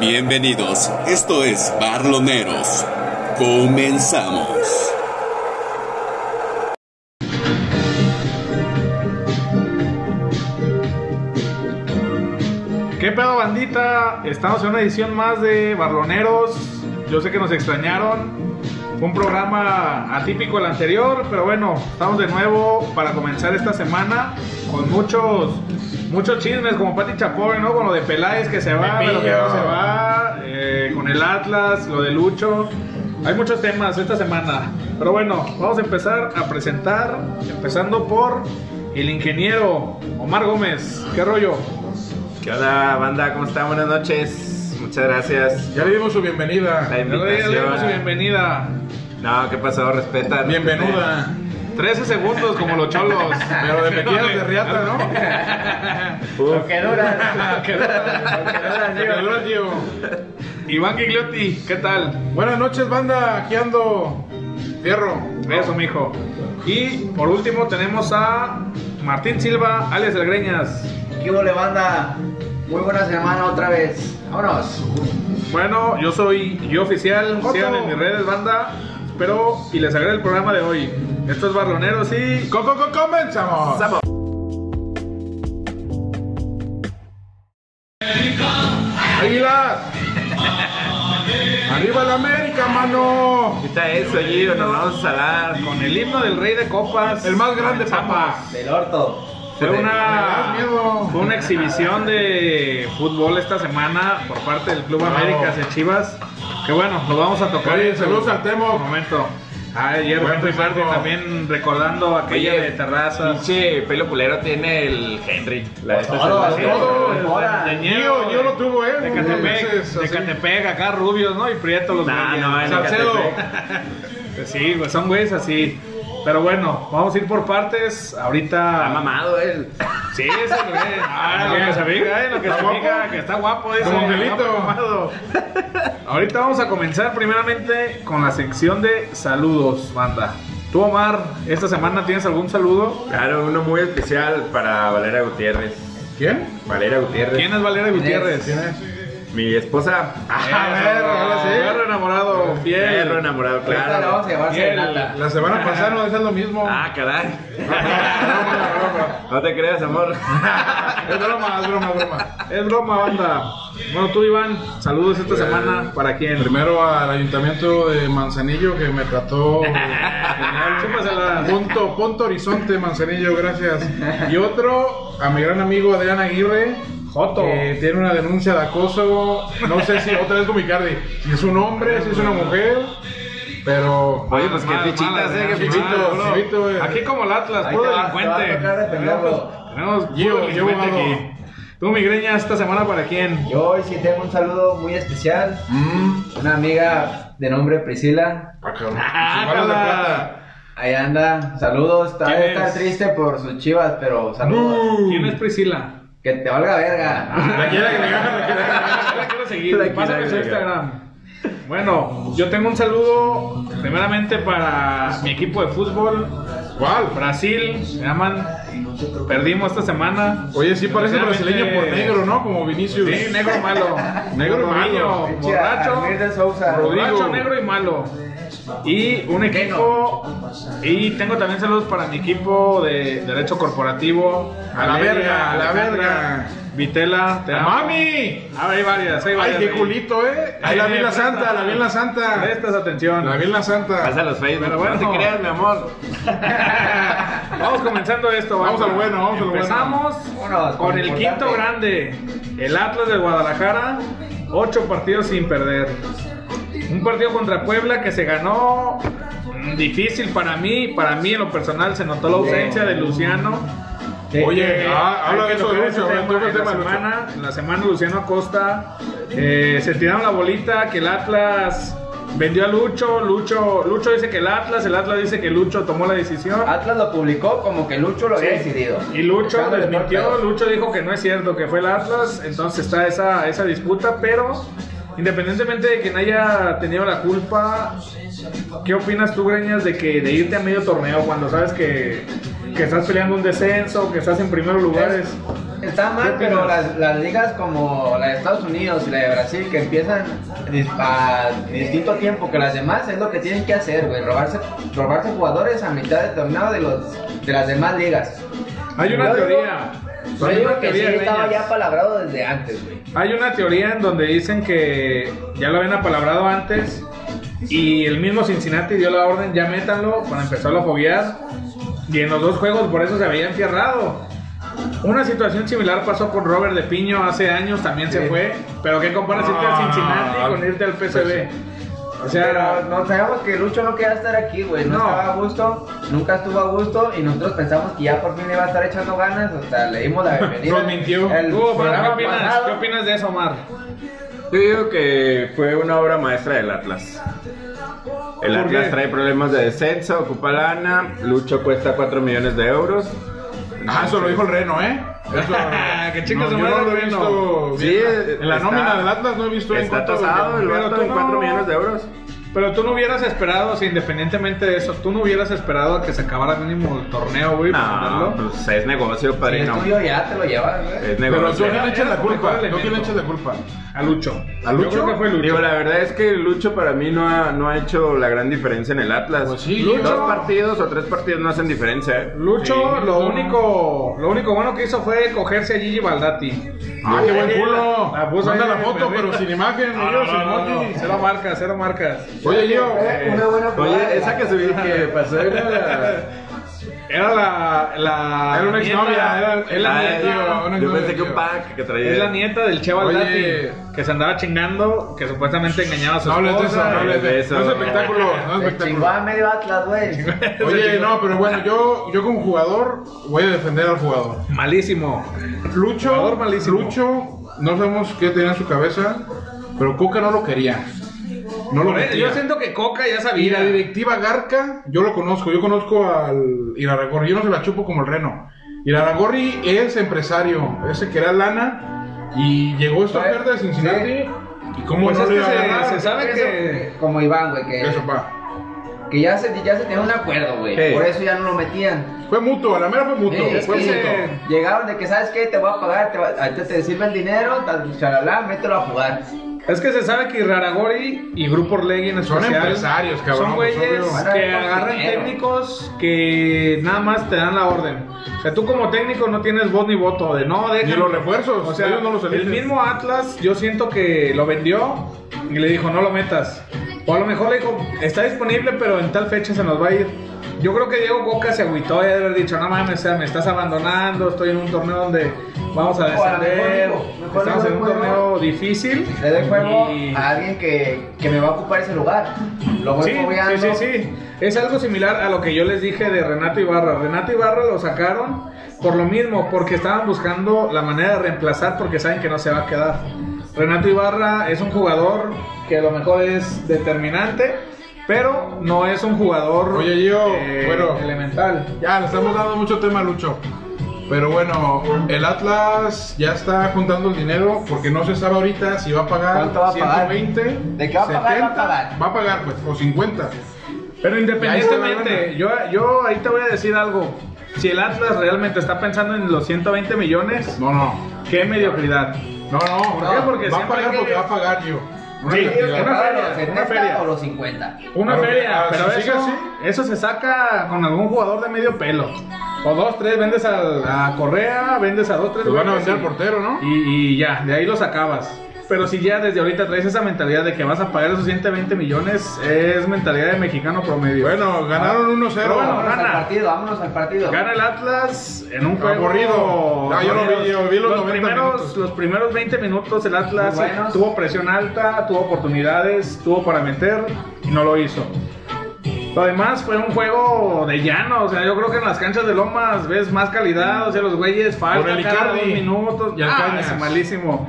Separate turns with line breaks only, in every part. Bienvenidos, esto es Barloneros. Comenzamos.
¿Qué pedo bandita? Estamos en una edición más de Barloneros. Yo sé que nos extrañaron. Fue un programa atípico el anterior, pero bueno, estamos de nuevo para comenzar esta semana con muchos muchos chismes como Pati Chapoy, ¿no? Con lo de Peláez que se va, pero que no se va, eh, con el Atlas, lo de Lucho. Hay muchos temas esta semana. Pero bueno, vamos a empezar a presentar, empezando por el ingeniero Omar Gómez. ¿Qué rollo?
¿Qué onda, banda? ¿Cómo están? Buenas noches. Muchas gracias.
Ya le dimos su bienvenida.
La
Le doy- le damos su
invitación.
bienvenida.
No, ¿qué pasó? Respeta.
Bienvenuda.
13 segundos como los cholos.
Pero de metidas de riata, ¿no?
Uf.
que dura.
Te lo digo.
Iván Gigliotti, ¿qué tal?
Buenas noches, banda. Aquí ando. Fierro.
Eso, mijo. Y por último tenemos a Martín Silva, alias El Greñas.
¿Qué hubo, le banda? Muy buena semana otra vez. Vámonos.
Bueno, yo soy yo oficial,
Joto.
sigan en mis redes, banda. Espero y les agrade el programa de hoy. Esto es Barloneros y...
Co- co- co- comenzamos. Águilas. Arriba la América, mano.
Quita eso, Gio. Nos vamos a dar.
Con el himno del Rey de Copas.
El más grande, papá.
Del orto.
Fue una,
Me das miedo.
fue una exhibición de fútbol esta semana por parte del Club
Bravo.
América hacia Chivas. Que bueno, lo vamos a tocar.
Oye,
en
saludos
su
al Temo.
Momento. Ah, Ayer
Buen
Henry
festejo.
Martin también recordando aquella
Oye,
de terraza.
Pinche pelo culero tiene el Henry. La neta
Todo,
se me hace-
todo.
Ahora.
Gio, Gio lo tuvo, ¿eh?
De Catepec,
Meses,
de
así.
Catepec, acá rubios, ¿no? Y prietos los
Nah,
güeyes.
no, en
Salcedo.
Ecatepec.
Pues sí, güey, son güeyes así. Pero bueno, vamos a ir por partes. Ahorita.
Está mamado él.
Sí, ese güey. Ah, lo que se diga, eh, lo que
Está
se
guapo.
diga, que está guapo ese.
Como
está
Angelito.
mamado. Ahorita vamos a comenzar primeramente con la sección de saludos, banda. Tú, Omar, esta semana tienes algún saludo.
Claro, uno muy especial para Valera Gutiérrez.
¿Quién?
Valera Gutiérrez.
¿Quién es Valera Gutiérrez?
¿Quién es?
Mi esposa.
A
Ah,
ver, ahora sí. Perro enamorado, fiel.
Perro enamorado,
Ahorita la
claro.
vamos a llevar
Bien.
serenata.
La semana pasada no decías lo mismo.
Ah, caray.
Broma, broma.
No te creas, amor.
Es broma, es broma, es broma.
Es broma, banda. Bueno, tú, Iván, saludos esta semana para quién.
Primero al ayuntamiento de Manzanillo que me trató
Ah, chúpasela.
punto, punto horizonte Manzanillo, gracias. Y otro a mi gran amigo Adrián Aguirre.
Joto.
Que tiene una denuncia de acoso. No sé si otra vez con mi cardi. Si es un hombre, si es una mujer. Pero.
Oye, pues qué
Mal,
fichitas,
mal,
eh, qué
mal,
fichitas.
bro.
chivito, eh.
Aquí como el Atlas,
Ahí
puro
te va- te va a
delincuente.
tocar defenderlo.
Tenemos
Yo-
puro
yo
delincuente
abogado.
aquí. Tú, Migreña, esta semana para quién?
Yo hoy sí tengo un saludo muy especial. Una amiga de nombre Priscila.
Ah, cabrón.
Ah,
Sin balas de
cara.
plata.
Ahí anda. Saludos. Está,
¿Quién Mm.
está
es?
triste por sus chivas, pero saludos.
¿Quién es Priscila?
Que te valga verga.
La quiere agregar, la quiere agregar.
La quiero seguir.
La quiero
Pásame su
agregar.
Instagram. Bueno, yo tengo un saludo primeramente para mi equipo de fútbol.
¿Cuál?
Brasil, me llaman. Perdimos esta semana.
Oye, sí parece
Sinceramente,
brasileño por negro, ¿no? Como Vinicius.
Sí, negro malo.
Negro
Niño,
malo.
Pinche
borracho.
Armir de Sousa.
Rodrigo.
Borracho, negro y malo. Y un equipo. Y tengo también saludos para mi equipo de Derecho Corporativo.
A la
Valeria,
verga, a la
Alejandra,
verga.
Vitela, te amo.
¡Mami!
A ver, hay varias, hay
Ay,
varias.
qué
ahí.
culito, eh. Ahí la vi la santa, la vi en la santa.
Prestas atención.
La vi en la
Pasa
santa.
los Facebook.
Pero bueno.
No te creas, mi amor.
Vamos comenzando esto.
Vamos
banda.
al bueno, vamos al bueno.
Empezamos
Vámonos,
con
con
el
importante.
quinto grande, el Atlas de Guadalajara, ocho partidos sin perder. Un partido contra Puebla que se ganó mm, difícil para mí, para mí en lo personal se notó la ausencia de Luciano.
Sí.
Oye, ah, habla
Hay
de
que
eso,
tocar ese
Lucio.
tema.
toca
En
el
la
tema, Lucio.
semana, en la semana Luciano Acosta eh, se tiraron la bolita que el Atlas vendió a Lucho, Lucho, Lucho dice que el Atlas, el Atlas dice que Lucho tomó la decisión.
Atlas lo publicó como que Lucho lo había
Sí.
decidido.
Y Lucho
Echándole
desmintió,
torpedos.
Lucho dijo que no es cierto, que fue el Atlas, entonces está esa, esa disputa, pero independientemente de quien haya tenido la culpa, ¿qué opinas tú, Greñas, de que de irte a medio torneo cuando sabes que, que estás peleando un descenso, que estás en primeros lugares?
Es, Está mal,
¿Qué
pero
opinas?
las, las ligas como la de Estados Unidos y la de Brasil que empiezan dis- a distinto tiempo que las demás es lo que tienen que hacer, güey, robarse, robarse jugadores a mitad de torneo de los de las demás ligas.
Hay una
Yo digo-
teoría.
Yo
hay
digo
una
que sí
teoría,
estaba
leñas.
ya palabrado desde antes, güey.
Hay una teoría en donde dicen que ya lo habían apalabrado antes y el mismo Cincinnati dio la orden, ya métanlo, cuando empezó a foguear. Y en los dos juegos por eso se había enfierrado. Una situación similar pasó con Robert de Piño hace años, también se fue. Pero ¿qué comparas irte al Cincinnati
Ah,
con irte al
pues
PCB? O sea,
Pero no sabemos que Lucho no quería estar aquí, güey. No,
No.
estaba a gusto, nunca estuvo a gusto y nosotros pensamos que ya por fin le iba a estar echando ganas. O sea, le dimos la bienvenida.
Nos mintió.
El
tú, Omar, ¿qué,
programa
opinas?
pasado.
¿Qué opinas de eso, Omar?
Yo digo que fue una obra maestra del Atlas. El
¿Por
Atlas
qué?
trae problemas de descenso, ocupa lana, Lucho cuesta 4 millones de euros.
Ah, eso lo dijo el Reno, ¿eh? Eso,
Que chingue su
yo
madre
no lo
el
he
Reno.
visto.
Sí,
bien.
eh,
en la
está-
nómina del Atlas no he visto en
Está
cuánto-
atasado el
pero
vato
tú
en 4
no-
millones de euros.
Pero tú no hubieras esperado, o sea, independientemente de eso, tú no hubieras esperado a que se acabara mínimo el torneo, güey, para
No,
venderlo?
pues es negocio,
Si es
padrino.
tuyo ya te lo llevas, güey.
Es
Pero
negocio.
yo no le echas la
Mejor
culpa.
elemento.
No quién le echas la culpa.
A Lucho.
pues,
¿A Lucho?
Yo creo que fue Lucho.
Digo, la verdad es que Lucho para mí no ha, no ha hecho la gran diferencia en el Atlas.
Pues sí,
Dos
Lucho.
partidos o tres partidos no hacen diferencia. eh.
Lucho,
Sí,
lo
no.
único, lo único bueno que hizo fue cogerse a Gigi Baldati.
Ah, qué buen culo.
La puso
Manda
ahí,
la foto,
güey.
pero sin imagen.
No,
Gio,
no,
sin
no, no,
emoji.
Cero marcas, cero marcas.
Oye,
eh,
yo. eh,
Fue una buena jugada
Oye,
de
esa
la-
que subí que pasó era la-
Era la, la
Era una
nieta,
exnovia, era-
es la
Ah,
nieta.
tío, una
Yo
novia,
pensé que
tío.
un pack que traía.
Es la nieta del Che Baldati,
Oye.
que se andaba chingando, que supuestamente engañaba a su
No hables de eso,
esposa.
no hables de
eso.
eso. No es espectáculo, no es
Se chingó
espectáculo.
a medio Atlas, güey.
Oye, no, pero bueno, yo, yo como jugador voy a defender al jugador.
Malísimo.
Lucho,
Jugador malísimo.
Lucho, no sabemos qué tenía en su cabeza, pero Coca no lo quería. No lo
Por eso, Yo
quería.
siento que Coca ya
Y
sabía.
la directiva Garca, yo lo conozco, yo conozco al Iraragorri, yo no se la chupo como el reno. Iraragorri es empresario, ese que era lana, y llegó esta
Sí.
oferta de Cincinnati, y cómo
Pues
no
es
le
que
iba a
se-
ganar?
se sabe
Eso,
que-
eh, Como Iván, güey, que,
Eso, pa.
que ya, se, ya se tenía un acuerdo, güey.
Sí.
Por eso ya no lo metían.
Fue mutuo, a la mera fue mutuo.
Sí,
fue
sí.
mutuo.
Llegaron de que, ¿sabes qué? Te voy a pagar, te, va- ahorita te sirve el dinero, tal, chalala, mételo a jugar.
Es que se sabe que Raragori y Grupo Orlegui en
Son
especial
empresarios, cabrón,
Son
pues,
güeyes
obvio.
que
Van a
agarran
dinero.
técnicos que nada más te dan la orden. O sea, tú como técnico no tienes voz ni voto de no, déjame.
Ni los refuerzos,
O sea,
ellos no los
el
eligen.
mismo Atlas, yo siento que lo vendió y le dijo, no lo metas. O a lo mejor le dijo, está disponible, pero en tal fecha se nos va a ir. Yo creo que Diego Coca se agüitó y haber dicho, no mames, o sea, me estás abandonando, estoy en un torneo donde vamos a
O a lo mejor
descender,
dijo, mejor
estamos
le
en
doy
un
juego".
torneo difícil.
Le doy juego
Y-
a alguien que, que me va a ocupar ese lugar. Lo voy
Sí, sí, sí,
fogueando.
sí. Es algo similar a lo que yo les dije de Renato Ibarra. Renato Ibarra lo sacaron por lo mismo, porque estaban buscando la manera de reemplazar porque saben que no se va a quedar. Renato Ibarra es un jugador que a lo mejor es determinante, pero no es un jugador eh,
Oye, Gio, bueno.
elemental.
Ya, le estamos dando mucho tema a Lucho. Pero bueno, el Atlas ya está juntando el dinero porque no se sabe ahorita si va a pagar
¿Cuánto va a pagar?
120,
¿De qué va a pagar? Va a pagar.
Va a pagar, pues, o 50.
Pero
Ya
independientemente,
hizo
yo, yo ahí te voy a decir algo. Si el Atlas realmente está pensando en los 120 millones,
No, no.
qué mediocridad.
No, no.
¿Por qué? Porque
va a
siempre
pagar
que-
porque va a pagar yo. Una
Sí,
Ellos que
cantidad.
una
pagan
feria, una
los 70
feria.
o los 50.
Una
Pero,
feria,
ah,
pero
si sigue
eso,
así.
eso se saca con algún jugador de medio pelo. O dos, tres, vendes a, a Correa, vendes a dos, tres.
Te pues van a
güeyes
vender
y-
al portero, ¿no?
Y, y ya, de ahí los acabas. Pero si ya desde ahorita traes esa mentalidad de que vas a pagar esos 120 millones, es mentalidad de mexicano promedio.
Bueno, ganaron 1-0.
ah, Pero bueno,
Vámonos al
gana.
partido, vámonos al partido.
Gana el Atlas en un juego
Aburrido. Ah, yo lo vi, yo vi los 90
primeros,
minutos.
Los primeros 20 minutos el Atlas
Muy buenos.
tuvo presión alta, tuvo oportunidades, tuvo para meter y no lo hizo. Lo demás fue un juego de llano, o sea, yo creo que en las canchas de Lomas ves más calidad, o sea, los güeyes
Por
faltan
el
cada dos
Icardi.
minutos.
Y
ah,
Alcañas.
es malísimo.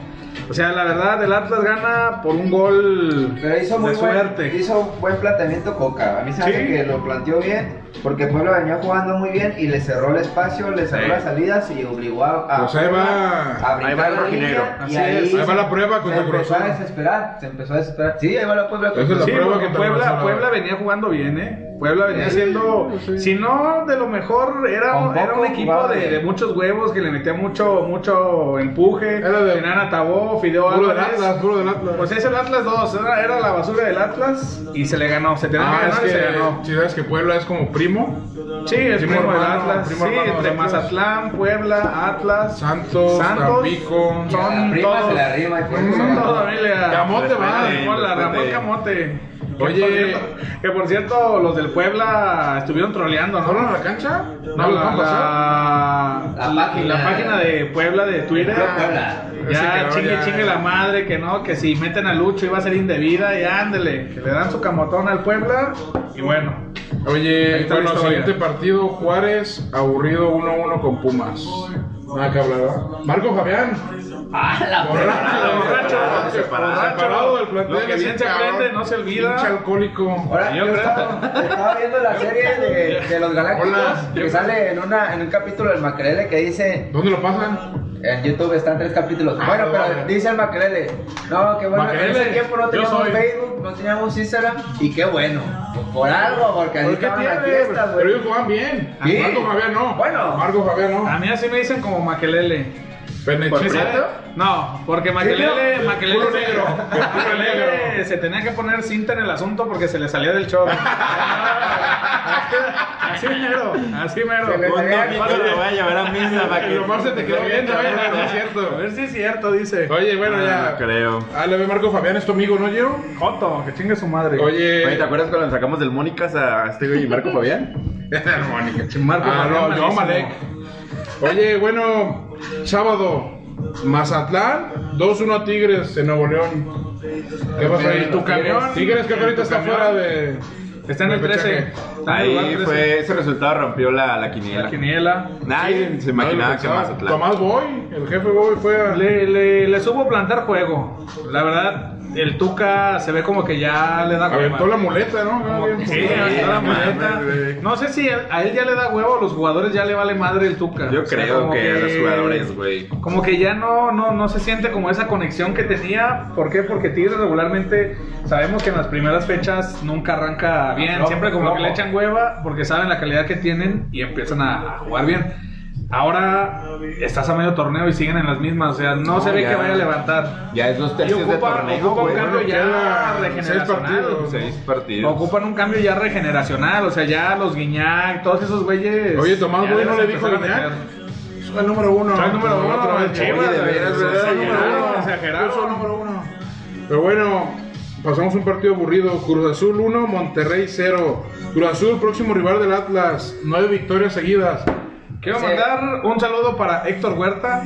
O sea, la verdad, el Atlas gana por un gol
Pero hizo muy
de suerte.
buen, hizo buen planteamiento Coca. A mí se me hace
Sí.
que lo planteó bien, porque Puebla venía jugando muy bien y le cerró el espacio, le cerró
Sí.
las salidas y obligó a. a-
Pues ahí va.
a brincar
Ahí va el
la
rojinegro.
línea,
Así
y ahí
es.
se-
Ahí va la prueba
Se
contra Cruz
empezó a
Azul.
desesperar, se empezó a desesperar. Sí, ahí va la Puebla
Esa es
contra
la
Sí,
prueba
porque
contra Cruz
Puebla,
Azul.
Puebla venía jugando bien, ¿eh? Puebla venía siendo, si no de lo mejor, era,
Con
era
poco
un equipo de,
equivale.
de muchos huevos que le metía mucho mucho empuje.
Era de-
Tenían a Tabó, Fideo
Puro del
Álvarez.
Atlas, puro del Atlas.
Pues es el Atlas 2, era, era la basura del Atlas y se le ganó, se tenía
Ah,
que
es
ganar y se ganó.
que, si sabes que Puebla es como primo,
Sí, es
primo
primo, del
hermano,
Atlas,
primo
sí,
hermano del
entre
Atlas.
Mazatlán, Puebla, Atlas,
Santos,
Santos,
Tampico.
Y a la
Son
prima
todos.
se la arrima, y pues,
Mm,
se la-
toda familia.
Camote,
Respete,
va,
Hola, Ramón
respete.
Camote.
Oye.
Que por cierto- que por cierto, los del Puebla estuvieron troleando, ¿no?
¿Fueron a la cancha?
No,
lo
la,
dejaron pasar?
la,
La página.
la página de Puebla de Twitter.
Club Puebla.
Ese
Ya,
quedó,
chingue,
ya,
chingue
ya.
la madre, que no, que si meten a Lucho iba a ser indebida, y ándele, que le dan su camotón al Puebla, y bueno. Ahí
Oye,
está
bueno,
la historia.
siguiente partido, Juárez, aburrido 1-1 con Pumas. Nada que hablar, ¿verdad? Marco Fabián,
Ah, la
borracho, borracho,
perra.
separado, separado del plantel.
Lo que bien
ese
se
cabrón,
aprende, no se olvida.
Pinche alcohólico.
Ahora,
Yo
yo
creo.
estaba, estaba viendo la serie de, de los Galácticos
Hola.
que sale en, una, en un capítulo del Macarele que dice
¿Dónde lo pasan?
en YouTube están tres capítulos.
Ah,
bueno,
no,
pero
no.
dice el Macarele, no, qué bueno, que en
Makelele,
ese tiempo no
yo
teníamos
soy.
Facebook, no teníamos Instagram y qué bueno, pues por algo, porque así
¿Por qué
estaban las
tiene?
fiestas,
Pero
güey.
ellos juegan bien.
Sí.
Marco Fabián no.
Bueno.
Marco Fabián
A
no.
mí así me dicen como Maquelele.
Penetrante.
¿Sí sabe? No, porque Maquelele,
no?
Maquelele,
Puro
se-
negro.
Maquelele
Puro negro.
se tenía que poner cinta en el asunto porque se le salía del show. así mero, así mero.
Se le
Un
salía
domingo lo voy a llevar a misa para que.
El Omar se te quedó viendo, ¿eh? No es
A
cierto.
ver si es cierto, dice.
Oye, bueno,
Ah,
ya.
no creo.
Ah, le ve Marco Fabián, es tu amigo, ¿no, Gio?
Joto, que chingue su madre.
Oye,
Oye.
¿te acuerdas cuando sacamos del Mónicas a este güey y Marco Fabián?
Armónica.
Marco
ah,
Fabián,
no,
malísimo.
yo Malek. Oye, bueno, sábado, Mazatlán, 2-1 a Tigres en Nuevo León. ¿Qué pasa ahí?
tu camión.
Tigres que ahorita
Tu
está
camión.
fuera de.
Está en el
de
13.
repechaje.
Está en el lugar
Ahí
13.
fue, ese resultado rompió la, la
La
quiniela.
quiniela.
Nadie se imaginaba que
Nadie lo pensaba.
Mazatlán.
Ah, Tomás Boy, el jefe Boy fue a.
Le, le, le supo plantar juego. La verdad, el Tuca se ve como que ya le da
Aventó
hueva.
la muleta, ¿no?
Sí, aventó la muleta. No sé si a él ya le da huevo, a los jugadores ya le vale madre el Tuca.
Yo
O sea,
creo
como
que a los jugadores, güey.
Como que ya no, no, no se siente como esa conexión que tenía. ¿Por qué? Porque Tigres regularmente sabemos que en las primeras fechas nunca arranca bien.
flojo,
Siempre como que
flojo.
le echan hueva porque saben la calidad que tienen y empiezan a a jugar bien. Ahora estás a medio torneo y siguen en las mismas. O sea, no,
No,
se ve
ya.
que vaya a levantar.
Ya es dos
Y
tercios de
ocupa,
torneo,
ocupa un
güey.
cambio ya
queda seis
regeneracional.
partidos.
Seis partidos.
Ocupan un cambio ya regeneracional. O sea, ya los Guiñac, todos esos güeyes.
Oye, Tomás
ya
Boy no
deben
le dijo
empezar a
Guiñac.
meter.
Soy el número uno.
Soy el número uno,
Otra vez,
Chivas,
oye, de
güey,
veras,
se
¿verdad? Soy el número
exageraron,
uno.
exageraron.
Yo soy el número uno. Pero bueno, pasamos un partido aburrido. Cruz Azul 1, Monterrey 0. Cruz Azul, próximo rival del Atlas. Nueve victorias seguidas.
Quiero
Sí.
mandar un saludo para Héctor Huerta.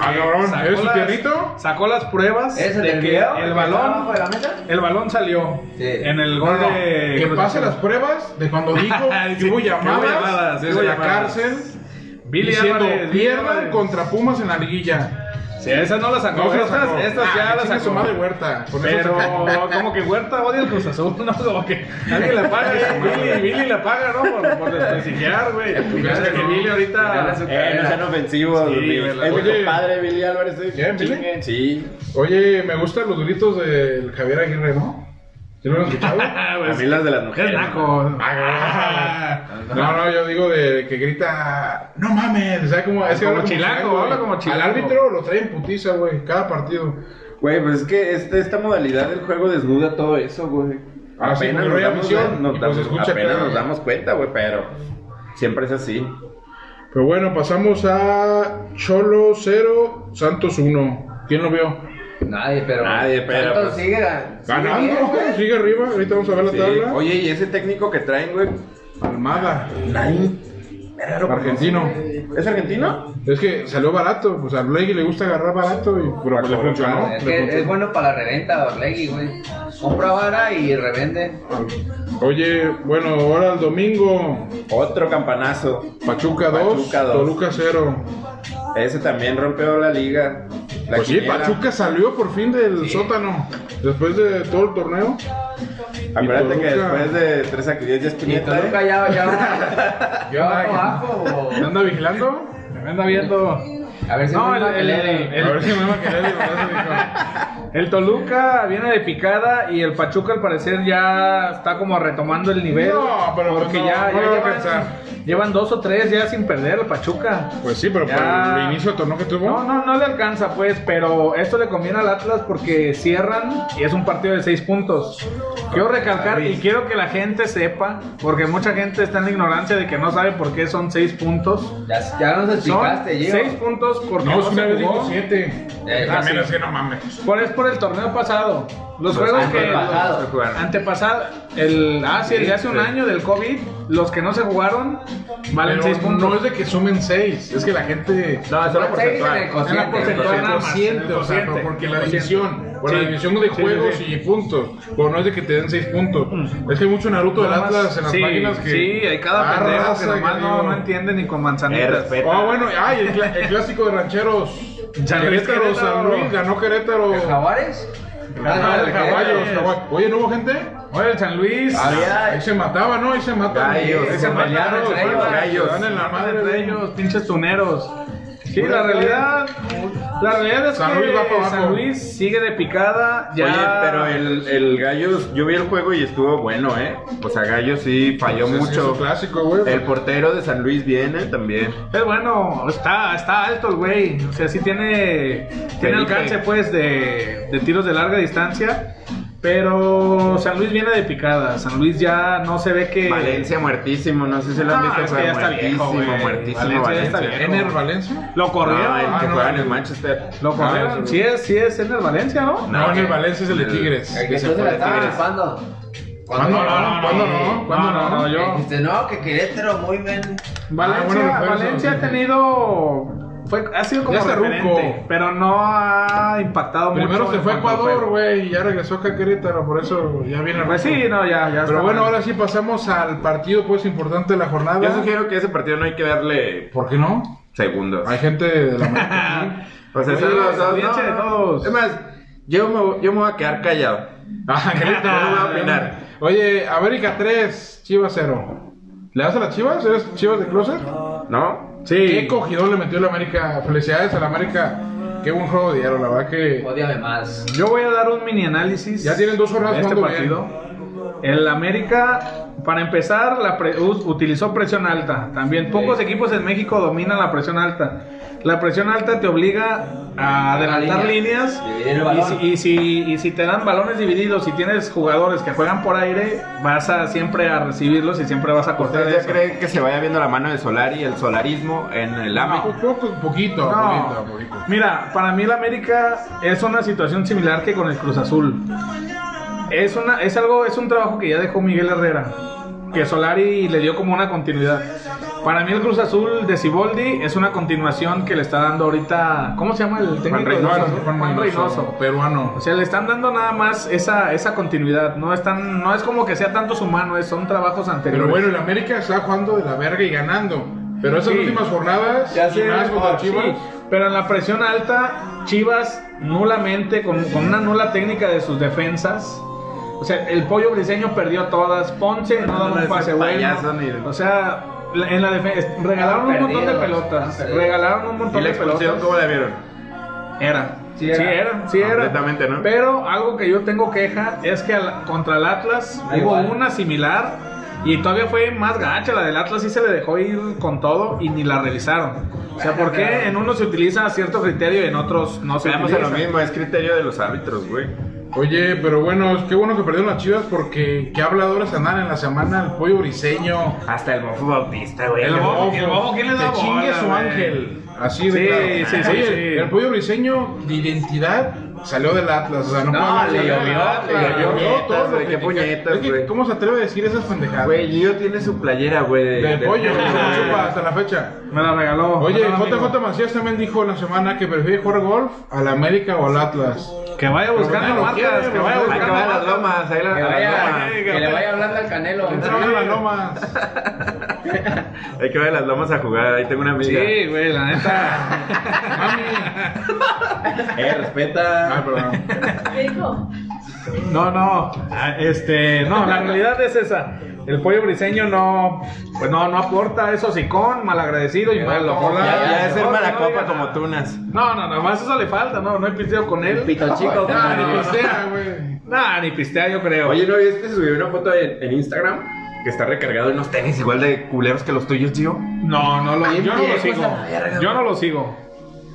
Ah, cabrón,
Sacó
¿eres su
las-
tiernito?
Sacó las pruebas
¿Ese
Pues, de
del
que
video?
el
¿Está abajo
balón,
de la mesa?
el balón salió
Sí.
en el gol
Ah, No, no,
de.
que
Cruz
pase
Azul.
las pruebas de cuando dijo
Sí,
que hubo
que hubo llamadas,
llamadas
hubo
desde la
llamadas.
cárcel.
Billy
diciendo,
Álvarez, Billy
pierdan
Álvarez".
contra Pumas en la liguilla.
Sí, esas no las sacó.
No se las
estas,
sacó.
estas
Ah,
ya las
chingue
sacó.
su madre Huerta. Con eso
Pero
se acabó.
como que Huerta odia el Cruz Azul, no como que alguien la paga, eh, Billy, Billy la paga, ¿no? Por, por desprestigiar, güey. Fíjate que Billy
Final
ahorita.
de su
Eh, no sean ofensivos,
Sí,
güey.
¿verdad?
Es mi
Oye.
compadre, Billy Álvarez. eh.
¿Quién, Billy?
Chinguen, Sí.
Oye, me gustan los gritos del Javier Aguirre, ¿no? ¿Sí lo han escuchado?
Ah,
A
pues,
mí las de las
es
mujeres.
naco.
Ah, no, no, yo digo de que grita, no mames, o sea, como, es que
Como
habla
chilango,
güey.
habla como chilango.
Al árbitro lo traen putiza, güey, cada partido.
Güey, pues es que este- esta modalidad del juego desnuda todo eso, güey.
Ah, sí,
apenas
porque
nos
no hay
damos,
afición,
nos
y pues
damos-
escucha
apenas
que-
nos damos cuenta, güey, pero siempre es así.
Pero bueno, pasamos a Cholo 0, Santos 1. ¿Quién lo vio?
Nadie, pero.
Nadie, pero,
Santos
pues,
sigue la- sigue bien,
Ganando,
güey.
sigue arriba, ahorita vamos a ver la
Sí.
tabla.
Oye, y ese técnico que traen, güey,
Almada,
nadie. verga, lo
argentino.
conoce. ¿Es argentino?
Es que salió barato, o sea, a Blake le gusta agarrar barato, y, pero pues le funcionó.
Es
le
que es
funcionó.
bueno para la reventa, Orlegui, güey. Compra vara y revende.
Oye, bueno, ahora el domingo,
Otro campanazo.
Pachuca 2,
Pachuca dos.
Toluca 0.
Ese también rompió la liga. La
Pues sí,
quiniela.
Pachuca salió por fin del sótano después de todo el torneo.
Acuérdate
Y
que
Toluca.
después de 3 a 10 ya es
Y
puñeta,
Toluca
¿eh?
ya, ya va.
Ya
ya
va.
va abajo.
¿Me
o-
anda vigilando?
Me anda viendo.
A ver si
No,
no,
el- el-
A ver si me va a querer.
El Toluca viene de picada y el Pachuca al parecer ya está como retomando el nivel.
No, pero
porque
no,
ya, ya
no lo voy a
llevan,
pensar.
llevan dos o tres ya sin perder el Pachuca.
Pues sí, pero
Ya.
por el inicio de torneo que tuvo.
No, no, no le alcanza pues, pero esto le conviene al Atlas porque cierran y es un partido de seis puntos. Quiero recalcar y quiero que la gente sepa, porque mucha gente está en la ignorancia de que no sabe por qué son seis puntos.
Ya, ya nos
Son
explicaste, Gio.
seis puntos porque
No,
no,
si una vez
se jugó.
dijo 7.
Eh,
También
ah,
es que no mames.
Por es por el torneo pasado. Los, juegos que
antepasados
los-
se jugaron.
antepasado el ah sí, el de hace un
sí.
año del COVID, los que no se jugaron valen
Pero
6 puntos.
no es de que sumen 6, es que la gente.
No, es solo
Seis en el
porcentual.
cociente,
En la porcentual.
güey.
nada más,
Consciente, o sea,
consciente.
pero porque la
Consciente.
división, por la
Sí.
división de
Sí, sí,
juegos
sí.
y puntos, pero no es de que te den 6 puntos. Es que hay mucho Naruto del
Nada más-
Atlas en las
sí,
páginas que.
sí, hay cada pendejo que
Arrasa,
nomás no,
digo.
no entiende ni con
Eh,
manzanitas.
respeto.
Ah, bueno, ay, el, cla- el clásico de rancheros.
San Luis,
Querétaro,
Querétaro.
San Luis, ganó Querétaro.
¿Los ¿Jaguares?
Ah, el caballo,
Jaguares.
el caballo. Oye, ¿no hubo gente? Ah,
Oye, el San Luis,
Había-
Ahí se mataba, ¿no? Ahí se mataban.
Gallos,
Ahí
se
mataban,
pelearon entre
bueno,
ellos.
gallos. Dan en la
madre
madre
de ellos, pinches tuneros. Sí, la realidad, la realidad es
San
que
Luis va para abajo.
San Luis sigue de picada, ya
Oye, pero el, el Gallos, yo vi el juego y estuvo bueno, ¿eh? O sea, Gallos sí falló
Pues es que es
mucho.
un clásico, güey.
El portero de San Luis viene también.
Es bueno, está, está alto el güey. O sea, sí tiene, tiene
Felipe.
alcance, pues, de, de tiros de larga distancia. Pero San Luis viene de picada. San Luis ya no se ve que.
Valencia muertísimo, no sé si lo han
Ah,
visto,
es que
pero
ya está viejo,
muertísimo,
güey.
muertísimo
Valencia ya está
Valencia.
viejo.
¿Ener Valencia?
Lo corrieron.
No, el que
Ah, no,
juega en
no.
el Manchester.
Lo corrieron.
Ah,
sí, es, sí es en el Valencia, ¿no?
No, en el
que-
Valencia es el de Tigres.
El que tú se la
ah,
estaba rifando.
¿Cuándo no?
no?
¿Cuándo no? ¿Cuándo
No, no,
no?
no, yo-
Dijiste, no, que Querétero muy bien.
Valencia,
Ah, bueno, refuerzo,
Valencia
sí,
ha
sí.
tenido. Fue, ha sido como
Ya está
referente,
ruco.
pero no ha impactado
Primero
mucho.
se
en
fue a
cuanto al
Ecuador,
juego.
güey, y ya regresó acá a Querétaro, por eso ya viene
Pues sí, no, ya, ya está
Pero bueno,
mal.
ahora sí pasamos al partido pues importante de la jornada.
Yo sugiero que ese partido no hay que darle
¿Por qué no?
segundos.
Hay gente de la mañana.
Pues
Oye,
eso es los dos,
audiencia
¿no?
de todos.
Es más, yo me, yo me voy a quedar callado.
ah,
Yo no voy a opinar.
Oye, América 3, Chivas 0. ¿Le das a las Chivas? ¿Eres Chivas de closet?
¿No?
Sí.
¿Qué cogidón le metió la América? Felicidades a la América. Qué buen juego dieron, la verdad que...
Odiame más.
Yo voy a dar un mini análisis.
Ya tienen dos jornadas
de este
jugando
partido. El América, para empezar, la pre- us- utilizó presión alta. También pocos equipos en México dominan la presión alta. La presión alta te obliga a adelantar
línea.
líneas.
Dividir el
Y
balón.
si, y, si, y si te dan balones divididos, si tienes jugadores que juegan por aire, vas a siempre a recibirlos y siempre vas a cortar
¿Ustedes ya
eso.
creen que se vaya viendo la mano de Solari y el solarismo en el E? AME?
Un poco, un poquito,
No.
poquito, poquito.
Mira, para mí la América es una situación similar que con el Cruz Azul. Es una, es algo, es un trabajo que ya dejó Miguel Herrera, que Solari le dio como una continuidad. Para mí el Cruz Azul de Ciboldi es una continuación que le está dando ahorita, ¿cómo se llama el técnico? del Cruz
Reynoso,
Azul?
Juan Reynoso, peruano.
O sea, le están dando nada más esa, esa continuidad. No están, no es como que sea tanto su mano, es- son trabajos anteriores.
Pero bueno, el América está jugando de la verga y ganando. Pero esas
Sí.
últimas jornadas,
Ya se-
más contra
ah, sí.
Chivas,
Pero en la presión alta, Chivas nulamente, con, con una nula técnica de sus defensas. O sea, el pollo briseño perdió todas. Ponce no
No,
daba un
ese
pase bueno.
payaso ni-
O sea, la- en la defensa regalaron un
Están
montón de
perdidos,
pelotas.
están perdidos.
Regalaron un
¿Y
montón
la
de
expulsión
pelotas.
cómo la vieron?
Era.
Sí era.
Sí era, sí era.
Completamente, ¿no?
Pero algo que yo tengo queja es que al- contra el Atlas hubo
Da igual.
una similar y todavía fue más gacha. La del Atlas sí se le dejó ir con todo y ni la revisaron. O sea, ¿por qué en uno se utiliza cierto criterio y en otros no se
Veamos a lo
utiliza?
mismo, es criterio de los árbitros, güey.
Oye, pero bueno, qué bueno que perdieron las chivas porque qué habladores andan en la semana el pollo briseño.
Hasta el Bofo Bautista, güey.
El Bofo.
Ojo,
Bofo, ¿quién le da
que chingue
bola,
su
güey?
ángel. Así de
Sí,
claro.
sí, sí,
Oye,
sí.
el pollo briseño de identidad salió del Atlas. O sea, no,
No,
podemos
le
salir
llovió,
del Atlas,
le llovió.
llovió todo
Puñetas,
lo
güey, qué
critican.
puñetas,
Es que,
güey.
¿Cómo se atreve a decir esas pendejadas?
Güey, Gio tiene su playera, güey. de-
del
del
pollo, güey,
güey.
chupa hasta la fecha.
Me la regaló.
Oye,
Otro amigo.
JJ Macías también dijo en la semana que prefiere jugar golf al América o al Atlas.
Que vaya buscando
Pero bueno, lo
marcas,
quiere,
que vaya
güey.
Hay que
buscando
ver a las
marcas.
lomas, ahí la-
Que,
a las
vaya,
lomas.
Ay,
Ah, que le vaya hablando al Canelo.
Entraron las lomas.
Hay que ver a las lomas a jugar, ahí tengo una amiga.
Sí, güey, la neta.
Eh, respeta.
Ah, perdón.
¿Qué dijo?
No, no, ah, este, no, la realidad es esa. El pollo briseño no, Pues no, no aporta, es hocicón, malagradecido y malo.
Ya, ya es
No,
el
no
malacopa
diga
como
nada.
tunas.
No, no, no, más eso le falta, no, no he pisteado con él.
Pito chico,
Nah,
güey.
ni
Pistea,
pistea,
güey.
nah, ni pistea yo creo.
Oye, ¿no viste? Se subió una foto en, en Instagram que está recargado de unos tenis igual de culeros que los tuyos, tío.
no, no lo, yo no lo
viejos
sigo.
a la verga,
Yo
güey.
no lo sigo.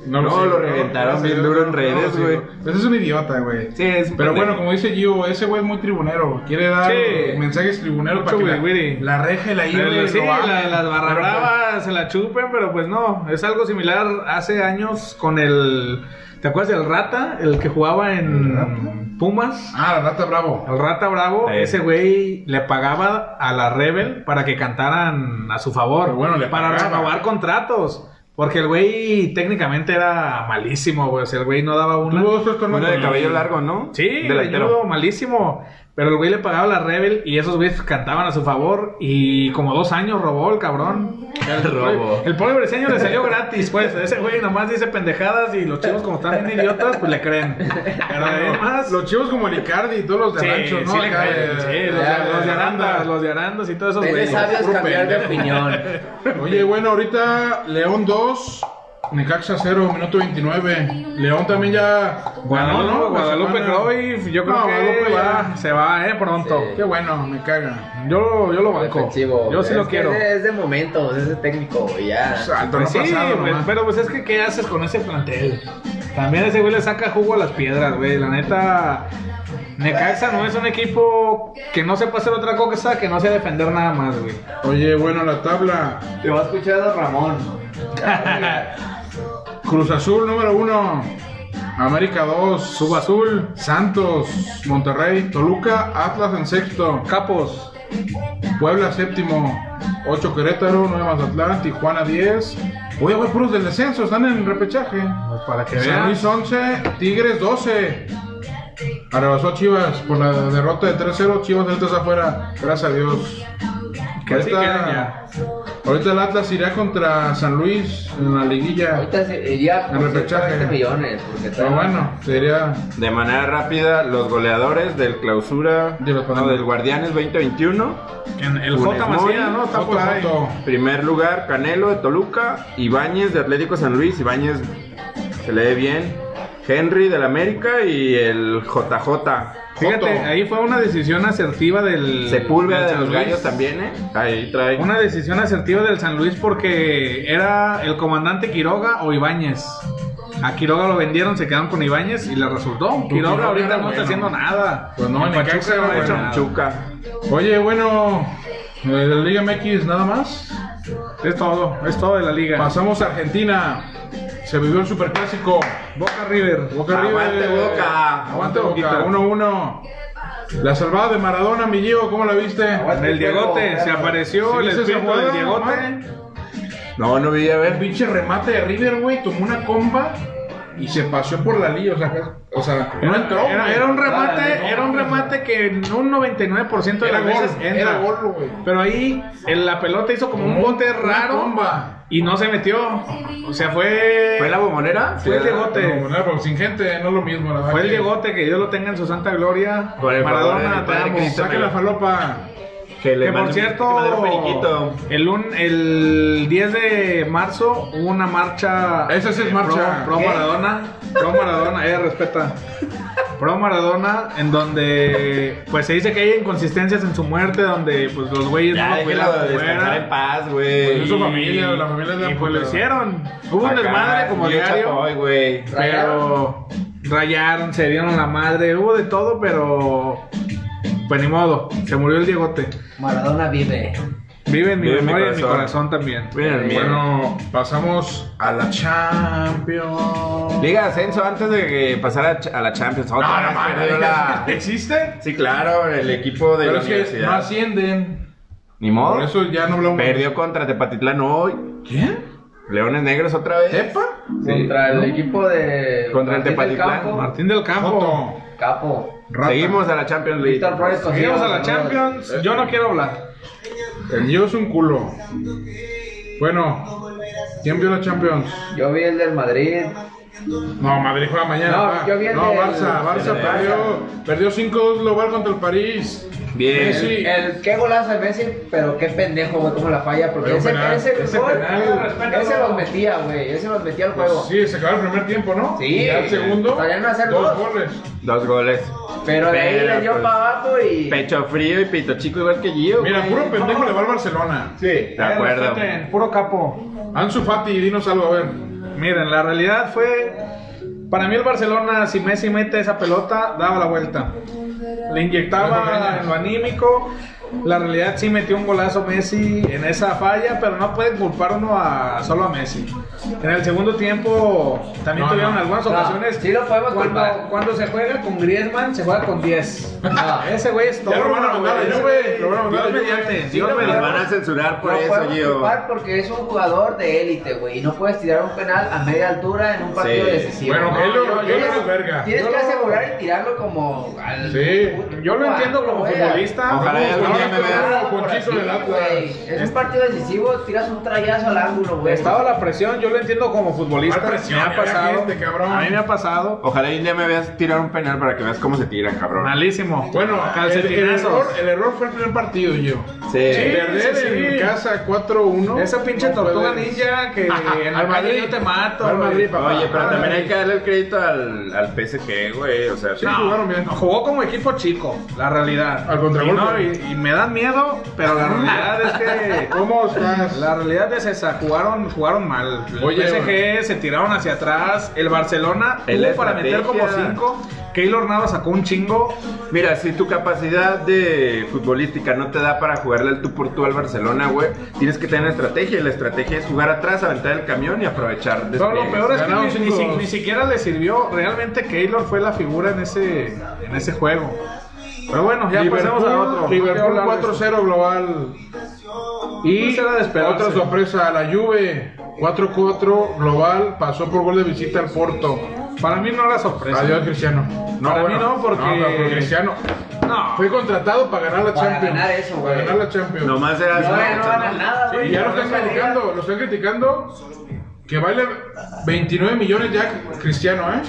No, lo,
sigo,
reventaron
no,
bien
no,
duro en
no,
redes,
no,
güey.
sí, Ese es un idiota, güey.
Sí, es un
Pero
pendejo.
bueno, como dice Gio, ese güey es muy tribunero. Quiere dar
Sí.
mensajes tribuneros para que
Mucho
la,
wiri-wiri.
la reja y la
Pero
hierba.
Eh, sí,
ah,
la- las barra
pues,
bravas se la chupen, pero pues no. Es algo similar hace años con el. ¿Te acuerdas del Rata? El que jugaba en Pumas.
Ah, la rata bravo.
El Rata Bravo,
Sí.
ese güey le pagaba a la Rebel para que cantaran a su favor.
Pero bueno, le
para
pagaba.
renovar contratos. Porque el güey técnicamente era malísimo, güey. O sea, el güey no daba una.
Tuvo dos, tres torneos
Uno de
con
cabello
él.
largo, ¿no?
Sí,
Delantero.
menudo, malísimo. Pero el güey le pagaba a la Rebel y esos güeyes cantaban a su favor. Y como dos años robó el cabrón. El
Robó.
pobre- El pobre briseño le salió gratis, pues. Ese güey nomás dice pendejadas y los chicos, como están bien idiotas, pues le creen. Pero además.
Los chivos como el Icardi y todos los de
Sí,
rancho, ¿no?
sí le
Acá
creen,
de-
sí, los,
ya,
de, los de
ya,
Arandas, los de Arandas y todos esos
Eres
güeyes.
sabios
puro
cambiar de
pendejo.
opinión.
Oye, bueno, ahorita León 2, Necaxa 0, minuto 29. León también ya. ganó,
Guadalupe,
¿no? La
Guadalupe
semana.
Cruyff, yo creo
No,
que
Guadalupe
va-
ya.
se va, eh, pronto.
Sí.
Qué bueno, me caga.
Yo, yo lo banco.
Defensivo,
Yo sí
güey.
lo
Es que
quiero.
Es de, es de momentos, es de técnico, güey, ya.
Salto,
Pues sí,
no ha pasado,
pues,
nomás.
pero pues es que ¿qué haces con ese plantel? También ese güey le saca jugo a las piedras, güey. La neta, Necaxa no es un equipo que no sepa hacer otra cosa que no sea defender nada más, güey.
Oye, bueno, la tabla.
Te va a escuchar a Ramón.
Cruz Azul número 1. América 2. Sub Azul. Santos. Monterrey. Toluca. Atlas en sexto.
Capos,
Puebla séptimo. 8 Querétaro. 9 Mazatlán. Tijuana 10. Oye, güey, puros del descenso. Están en repechaje.
Pues para que
San
vean.
Luis 11, Tigres 12. Arrebasó a Chivas por la derrota de 3-0. Chivas ahorita está afuera, gracias a Dios.
Que así queden ya.
ahorita el Atlas irá contra San Luis en la liguilla.
Ahorita eh, se iría
En repechaje.
20 millones. este Porque
Pero
está-
bueno, sería.
De manera rápida, los goleadores del clausura,
De los
no, del Guardianes 2021.
En el
Funes
J Macías,
Mori,
¿no? Está
Joto,
por ahí.
Joto.
Primer lugar, Canelo de Toluca, Ibáñez de Atlético San Luis, Ibáñez se lee bien, Henry del América y el JJ.
Fíjate,
Joto.
ahí fue una decisión asertiva del.
Sepúlveda
del
de
San
los
Luis.
Gallos también, ¿eh? Ahí trae.
Una decisión asertiva del San Luis porque era el comandante Quiroga o Ibáñez. A Quiroga lo vendieron, se quedaron con Ibáñez y le resultó. Quiroga,
Quiroga
ahorita
era
no está
bueno.
haciendo nada.
Pues no,
En
ni Necaxa
no
era
ha hecho
bueno.
nada.
Chuca.
Oye, bueno, de la Liga MX nada más.
Es todo, es todo de la liga.
Pasamos a Argentina. Se vivió el superclásico.
Boca River.
Boca arriba.
Aguante, Boca.
Aguante
Aguante,
Boca.
Boquita.
1-1. La salvada de Maradona, mi Gio, ¿cómo la viste?
Aguante.
El Diegote, se apareció
¿Sí
el
viste esa
espíritu
jugada,
del Diegote.
mamá?
No, no vi a
El
ver.
pinche remate de River, güey, tomó una comba y se pasó por la liga. O sea, o sea no entró.
Era,
güey.
era un remate,
No,
era un remate que en un 99% de
Era
las
gol,
veces entra.
era gol, güey.
Pero ahí en la pelota hizo como un bote
Una
raro
comba.
y no se metió. O sea, fue
¿Fue la bombonera?
Fue el Diegote.
No, no, porque sin gente no es lo mismo, la verdad.
Fue el
que-
Diegote, que Dios lo tenga en su santa gloria.
Por el favor,
Maradona,
el
te
Padre
amo.
Cristo.
Saca la falopa.
Que, le
Que por
mande- que mande un periquito.
cierto, el, un, el 10 de marzo hubo una marcha.
Esa sí es
eh,
marcha.
Pro, pro
¿Qué?
Maradona. Pro Maradona, eh, respeta. Pro Maradona, en donde pues se dice que hay inconsistencias en su muerte, donde pues los güeyes
Ya,
no lo
déjalo
cuidaron
descansar en
fuera.
paz, güey.
Pues eso, su familia, la familia de
y pues lo
Apodaca.
hicieron. Hubo un
Acá,
desmadre como
bien
diario.
chapoy, güey.
Pero rayaron, se dieron la madre, hubo de todo, pero pues ni modo, se murió el Diegote.
Maradona vive.
Vive en mi
Vive en mi
memoria y en mi
corazón.
corazón también.
Mira,
Bien.
mira.
Bueno, pasamos a la Champions.
Liga de Ascenso antes de que pasara a Ch- a la Champions. Otra
No, no
vez
mames.
perdió
Ah,
la-
¿Existe?
Sí, claro, el equipo de
Pero
la
es que no
universidad.
ascienden.
Ni modo.
Por eso ya no hablamos.
Perdió contra Tepatitlán hoy.
¿Quién?
Leones Negros otra vez.
¿Tepa?
Sí.
Contra el equipo de.
Contra el
Martín del
Tepatitlán.
Campo.
Martín del Campo.
Joto.
Capo.
Rata.
Seguimos a la Champions League.
Víctor Flores consiguió
Seguimos a la
ganadores.
Champions, yo no quiero hablar.
El Gio es un culo. Bueno, ¿quién vio la Champions?
Yo vi el del Madrid.
No, Madrid juega mañana.
No,
pa.
yo vi el
no
del-
Barça. Barça
del
perdió. Perdió 5-2 global contra el París.
Bien.
Sí.
El, qué golazo el Messi, pero qué pendejo, güey, cómo la falla. Porque
Pero
ese,
penal,
ese,
ese
gol,
penal. Pues
ese los metía, güey. Ese los metía al juego.
Sí, se acabó el primer tiempo, ¿no?
Sí.
Y ya el segundo,
Podrían hacer
dos
dos.
goles.
Dos goles.
Pero de ahí
Pero,
le dio
pues,
para abajo y.
Pecho frío y pito chico igual que Gio.
Mira,
güey.
puro pendejo le va al Barcelona.
Sí,
De acuerdo.
Puro capo.
Ansu Fati, dinos algo, a ver.
Miren, la realidad fue. Para mí, el Barcelona, si Messi mete esa pelota, daba la vuelta. Le
Mejor
inyectaba
Breña.
en lo anímico. La realidad sí metió un golazo Messi en esa falla, pero no pueden culpar uno a, solo a Messi. En el segundo tiempo también
No,
tuvieron
no.
algunas
No,
ocasiones.
Ah, sí lo podemos
cuando,
culpar. Ah,
cuando se juega con Griezmann, se juega con 10. Ese güey es todo.
Ya lo van a mandar a la Juve, lo van a mandar a la
Dios
Juve.
mediante,
Dios
Dios
me los
mediante.
van a censurar por
No
eso,
puedes
Gio.
culpar porque es un jugador de élite, güey. Y no puedes tirar un penal a media altura en un partido
Sí.
decisivo.
Bueno,
No,
él lo- yo lo
tienes-
hago verga.
Tienes
Yo
que
lo-
asegurar y tirarlo como al.
Sí,
Yo lo entiendo como
güey,
futbolista.
Ojalá y algún día me
al-
vea.
Como Ponchizo del Atlas.
Ah, Güey, Es un partido decisivo, tiras un trayazo al ángulo, güey.
Estaba la presión, yo lo entiendo como futbolista.
¿Cuál presión?
me ha
Era
pasado.
gente, cabrón.
a mí me ha pasado.
Ojalá y un día me veas tirar un penal para que veas cómo se tiran, cabrón.
Malísimo.
Bueno, el, el error,
calcetinazos.
el error fue el primer partido, yo.
Sí.
Sí.
Perder en
sí.
casa 4-1.
Esa pinche
No
tortuga
puedes.
ninja que en
Al
la calle
Madrid.
yo te mato.
Al
güey.
Madrid, papá.
Oye, pero
Ah,
también
sí.
hay que darle el crédito al, al PSG, güey. O sea,
Sí,
no.
jugaron bien.
Jugó como equipo chico, la realidad.
Al
y, no,
contragolpe.
y, y me da miedo, pero la realidad es que.
¿Cómo estás?
La realidad es esa, jugaron, jugaron mal. El
Oye,
PSG
güey.
se tiraron hacia atrás. El Barcelona
Es
tuvo
la
para meter como
estrategia.
5. Keylor Nava sacó un chingo.
Mira, si tu capacidad de futbolística no te da para jugarle al tú por tú al Barcelona, güey, tienes que tener estrategia. Y la estrategia es jugar atrás, aventar el camión y aprovechar.
No, lo
despliegues.
peor es que
Ganaron
ni, ni
cinco.
si- ni siquiera le sirvió. Realmente Keylor fue la figura en ese, en ese juego. Pero bueno, ya pasemos a otro. No
Liverpool
quiero hablar de
4-0 global.
eso. Y Pues era de esperarse.
Otra sorpresa, la Juve 4-4 global pasó por gol de visita al Porto.
Para mí no era sorpresa.
Adiós Cristiano.
Para mí Pues no, porque-
pero Cristiano
No.
fue contratado para ganar la
Para
Champions.
ganar eso, güey.
Para ganar la Champions.
Nomás
No,
eras.
no ganas nada,
Sí,
güey.
ya lo
No
están
ganas
criticando, lo están criticando. Que vale 29 millones ya Cristiano, ¿eh?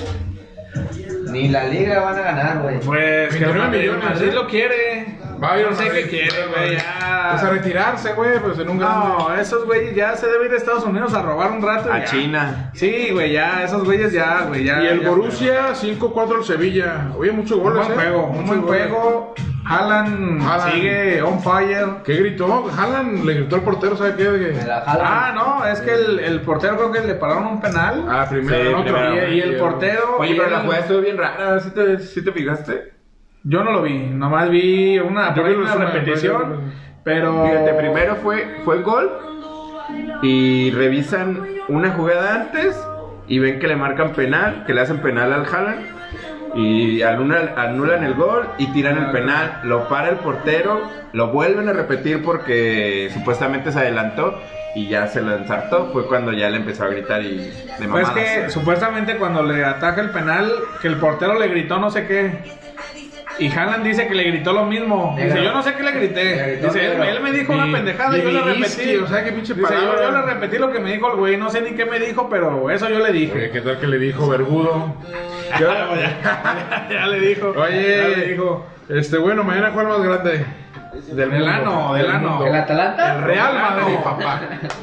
nada. Ni la liga van a ganar, güey.
Pues que el
29
Madrid,
millones,
Madrid
¿eh?
lo quiere.
Bayern
no sé
Madrid.
qué quiere, güey. ya.
Pues a retirarse, güey, pues en un gran.
No, esos güeyes ya se deben ir a Estados Unidos a robar un rato. y
A
ya.
China.
Sí, güey, ya. Esos güeyes ya, güey. Ya,
Y el
ya.
Borussia 5-4 al Sevilla. Oye, muchos
Un
goles,
buen
¿eh?
juego, un
Muchos
buen
goles.
juego. Haaland,
Haaland.
sigue on fire.
¿Qué gritó? Haaland le gritó al portero, ¿sabe qué? De
Me
que-
la jalan.
Ah, no, es que el, el portero creo que le pararon un penal.
Ah, primero,
Sí,
otro.
primero.
y, y el portero.
Oye, pero
él-
la jugada estuvo bien rara. ¿Sí te, sí te fijaste?
Yo no lo vi, nomás vi una,
Yo
por ahí
vi
una
una-
repetición. Pero.
Fíjate, primero fue, fue gol y revisan una jugada antes y ven que le marcan penal, que le hacen penal al Haaland y anulan, anulan el gol y tiran el penal, lo para el portero, lo vuelven a repetir porque supuestamente se adelantó y ya se lo ensartó, fue cuando ya le empezó a gritar y de
Pues
mamadas. eh.
que supuestamente cuando le ataca el penal, que el portero le gritó no sé qué. Y Haaland dice que le gritó lo mismo.
Negro.
Dice, yo no sé qué le
Le
grité.
gritó
Dice, él,
negro.
él me dijo una
Ni-
pendejada y
ni
yo le
viniste,
repetí.
o sea, qué pinche
Dice, yo,
palabra.
yo le repetí lo que me dijo el güey, no sé ni qué me dijo, pero eso yo le dije.
Oye, ¿qué tal que le dijo Vergudo?
ya le dijo. ya le
Oye,
dijo.
este, bueno, mañana juega el más grande.
Del ano, del ano.
¿El Atalanta?
El Real
Del ano.
Madrid, papá.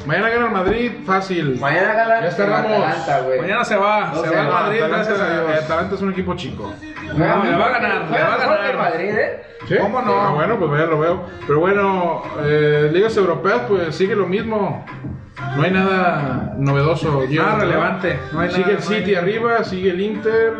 Mañana gana el Madrid, fácil.
Mañana ganan
Ya
el
cerramos.
Atalanta, güey.
Mañana se va,
No
se
se
va al
va,
Madrid,
Atalanta,
gracias a Dios.
Atalanta es un equipo chico.
No, le va a ganar, le va a
Juega mejor que
ganar.
el Madrid, ¿eh?
¿Sí?
¿Cómo no?
Ah, bueno, pues ya lo veo. Pero bueno, eh, ligas europeas, pues sigue lo mismo. No hay nada novedoso.
Nada relevante. No hay
sigue
nada,
el
no hay-
City arriba, sigue el Inter.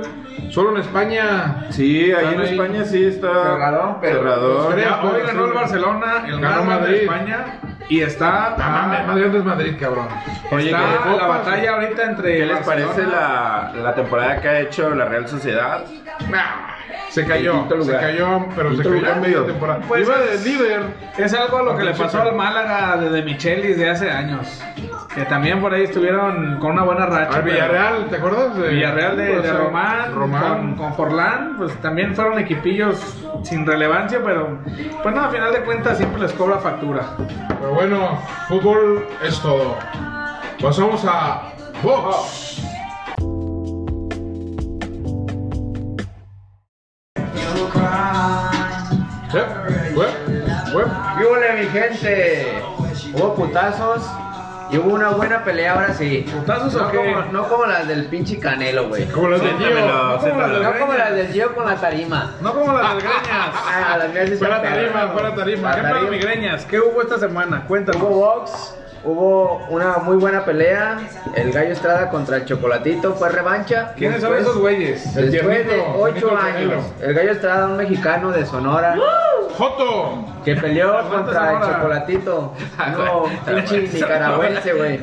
Solo en España.
Sí, ahí en
Ahí. pues,
España sí está
Cerradón, pero-
cerrador.
Tres,
Ya, hoy
cuatro,
ganó el
sí.
Barcelona, el
Ganó
ganó Madrid.
Madrid.
de España y está,
Ah, mames, más grande es Madrid, cabrón.
Oye,
está
que de
la
copas,
batalla ahorita entre
¿Qué les
Barcelona-
parece la, la temporada que ha hecho la Real Sociedad?
Nah, se cayó,
Quinto
se
lugar.
cayó, pero se
Quinto
cayó
lugar,
en media
tío.
temporada.
Pues
Iba de
es-
líder.
Es algo a lo que le
Pinche
pasó
perro.
al Málaga de, de Michelis de hace años. Que también por ahí estuvieron con una buena racha.
Al
pero-
Villarreal, ¿te acuerdas? De,
Villarreal de,
o
de
sea,
Román,
Román.
Con, con Forlán, pues también fueron equipillos sin relevancia, pero pues no, a final de cuentas siempre les cobra factura.
Pero bueno, fútbol es todo. Pasamos a box. Sí,
¿Qué huele, mi gente? Hubo putazos y hubo una buena pelea ahora sí.
¿Putazos
no
o qué?
Como, no como las del pinche Canelo, güey.
Como las de
Siéntamelo,
Gio. No como las
siéntamelo.
del
No como
Greñas.
las del Gio con la tarima.
No como las del Greñas.
Ah, las mías sí son
Fuera
perras.
tarima, fuera tarima. ¿Qué
Fuera
pedo,
tarima.
mi Greñas? ¿Qué hubo esta semana? Cuéntanos.
Hubo box, hubo una muy buena pelea. El Gallo Estrada contra el Chocolatito fue revancha.
¿Quiénes son
Después-
esos güeyes?
Después de
El tiernito, tiernito
ocho
Canelo.
años, el Gallo Estrada, un mexicano de Sonora,
Joto.
que peleó
Aguanta,
contra el
Sonora.
Chocolatito. No, pinche nicaragüense, güey.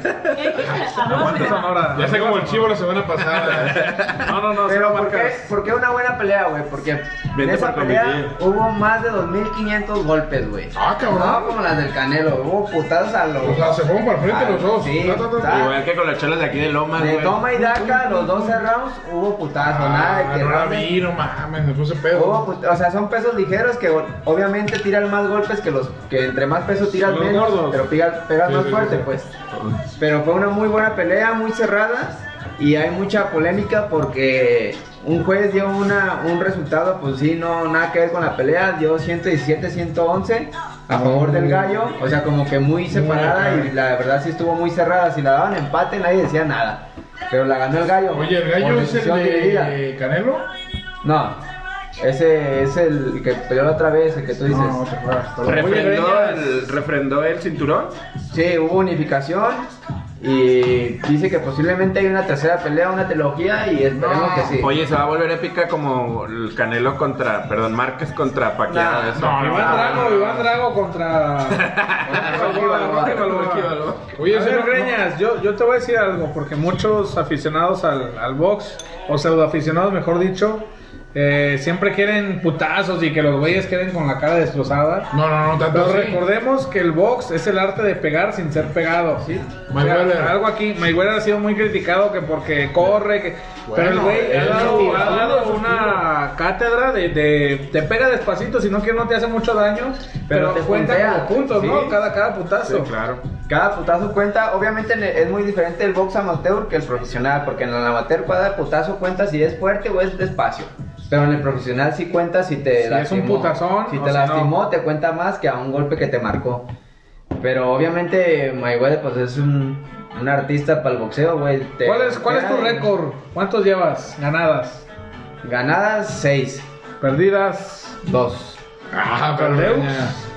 ¿Cuántos son ahora?
Ya sé como el chivo la semana pasada.
No, no, no,
Pero
cero
¿por qué,
marcas.
¿por qué una buena pelea, güey? Porque en
Vente
esa
por
pelea
comité.
hubo más de 2.500 golpes, güey.
Ah, cabrón.
No como las del Canelo, hubo putazas a los...
O sea, se fueron para el frente
Ah,
los dos.
sí,
Ta, ta, ta.
está.
Igual que con las chelas de aquí de Lomas,
De
güey.
toma y daca, los 12 rounds hubo putazos, nada de
Ah,
que
no la
rounds-
vi, no mames, me puse pedo.
Hubo put- Oh, pues, o sea, son pesos ligeros que o- obviamente tiran más golpes que los que entre más peso tiras
Los
menos,
gordos.
pero pega, pegas
Sí,
más
sí,
fuerte,
sí.
pues. Pero fue una muy buena pelea, muy cerrada y hay mucha polémica porque un juez dio una un resultado pues sí no nada que ver con la pelea, dio 117 111
Ah,
a favor del gallo, o sea, como que muy separada
acá.
y la verdad sí estuvo muy cerrada, si la daban empate nadie decía nada. Pero la ganó el gallo.
Oye, el
por
gallo es el
decisión dividida.
de Canelo.
No, ese es el que peleó la otra vez, el que tú dices.
No, te juegas, perdón.
Refrendó
Oye,
el, refrendó el cinturón.
Sí, hubo unificación y dice que posiblemente hay una tercera pelea, una trilogía y esperemos que sí.
Oye, se va a volver épica como el Canelo contra, perdón, Márquez contra Paquiao.
Nah,
eso.
no,
Iván Drago, Iván Drago contra...
Rocky Balboa.
Rocky Balboa.
Rocky Balboa.
Oye,
a
ese
ver,
no-
Greñas, yo, yo te voy a decir algo, porque muchos aficionados al, al box, o pseudoaficionados mejor dicho, eh, siempre quieren putazos y que los güeyes queden con la cara destrozada.
No, no, no, tanto
Pero
así.
recordemos que el box es el arte de pegar sin ser pegado. O sea,
Mayweather.
algo aquí, Mayweather ha sido muy criticado que porque corre, que... pero el güey ha
es
dado,
estilo,
ha dado
es
una cátedra de, de- te pega despacito, si no que no te hace mucho daño, pero,
Pero te
cuenta
puntea.
como puntos,
Sí.
¿no? Cada, cada putazo.
Sí, claro.
Cada putazo cuenta, obviamente en el- es muy diferente el box amateur que el profesional, porque en el amateur cada putazo cuenta si es fuerte o es despacio. Pero en el profesional sí cuenta si te
Si es un putazón,
si
o
te
si no.
lastimó, te cuenta más que a un golpe que te marcó. Pero obviamente Mayweather pues es un, un artista para el boxeo, güey. Te-
¿Cuál es, cuál es tu
te-
récord? ¿Cuántos llevas? Ganadas,
Ganadas 6,
perdidas.
2.
Ah, pero Greñas.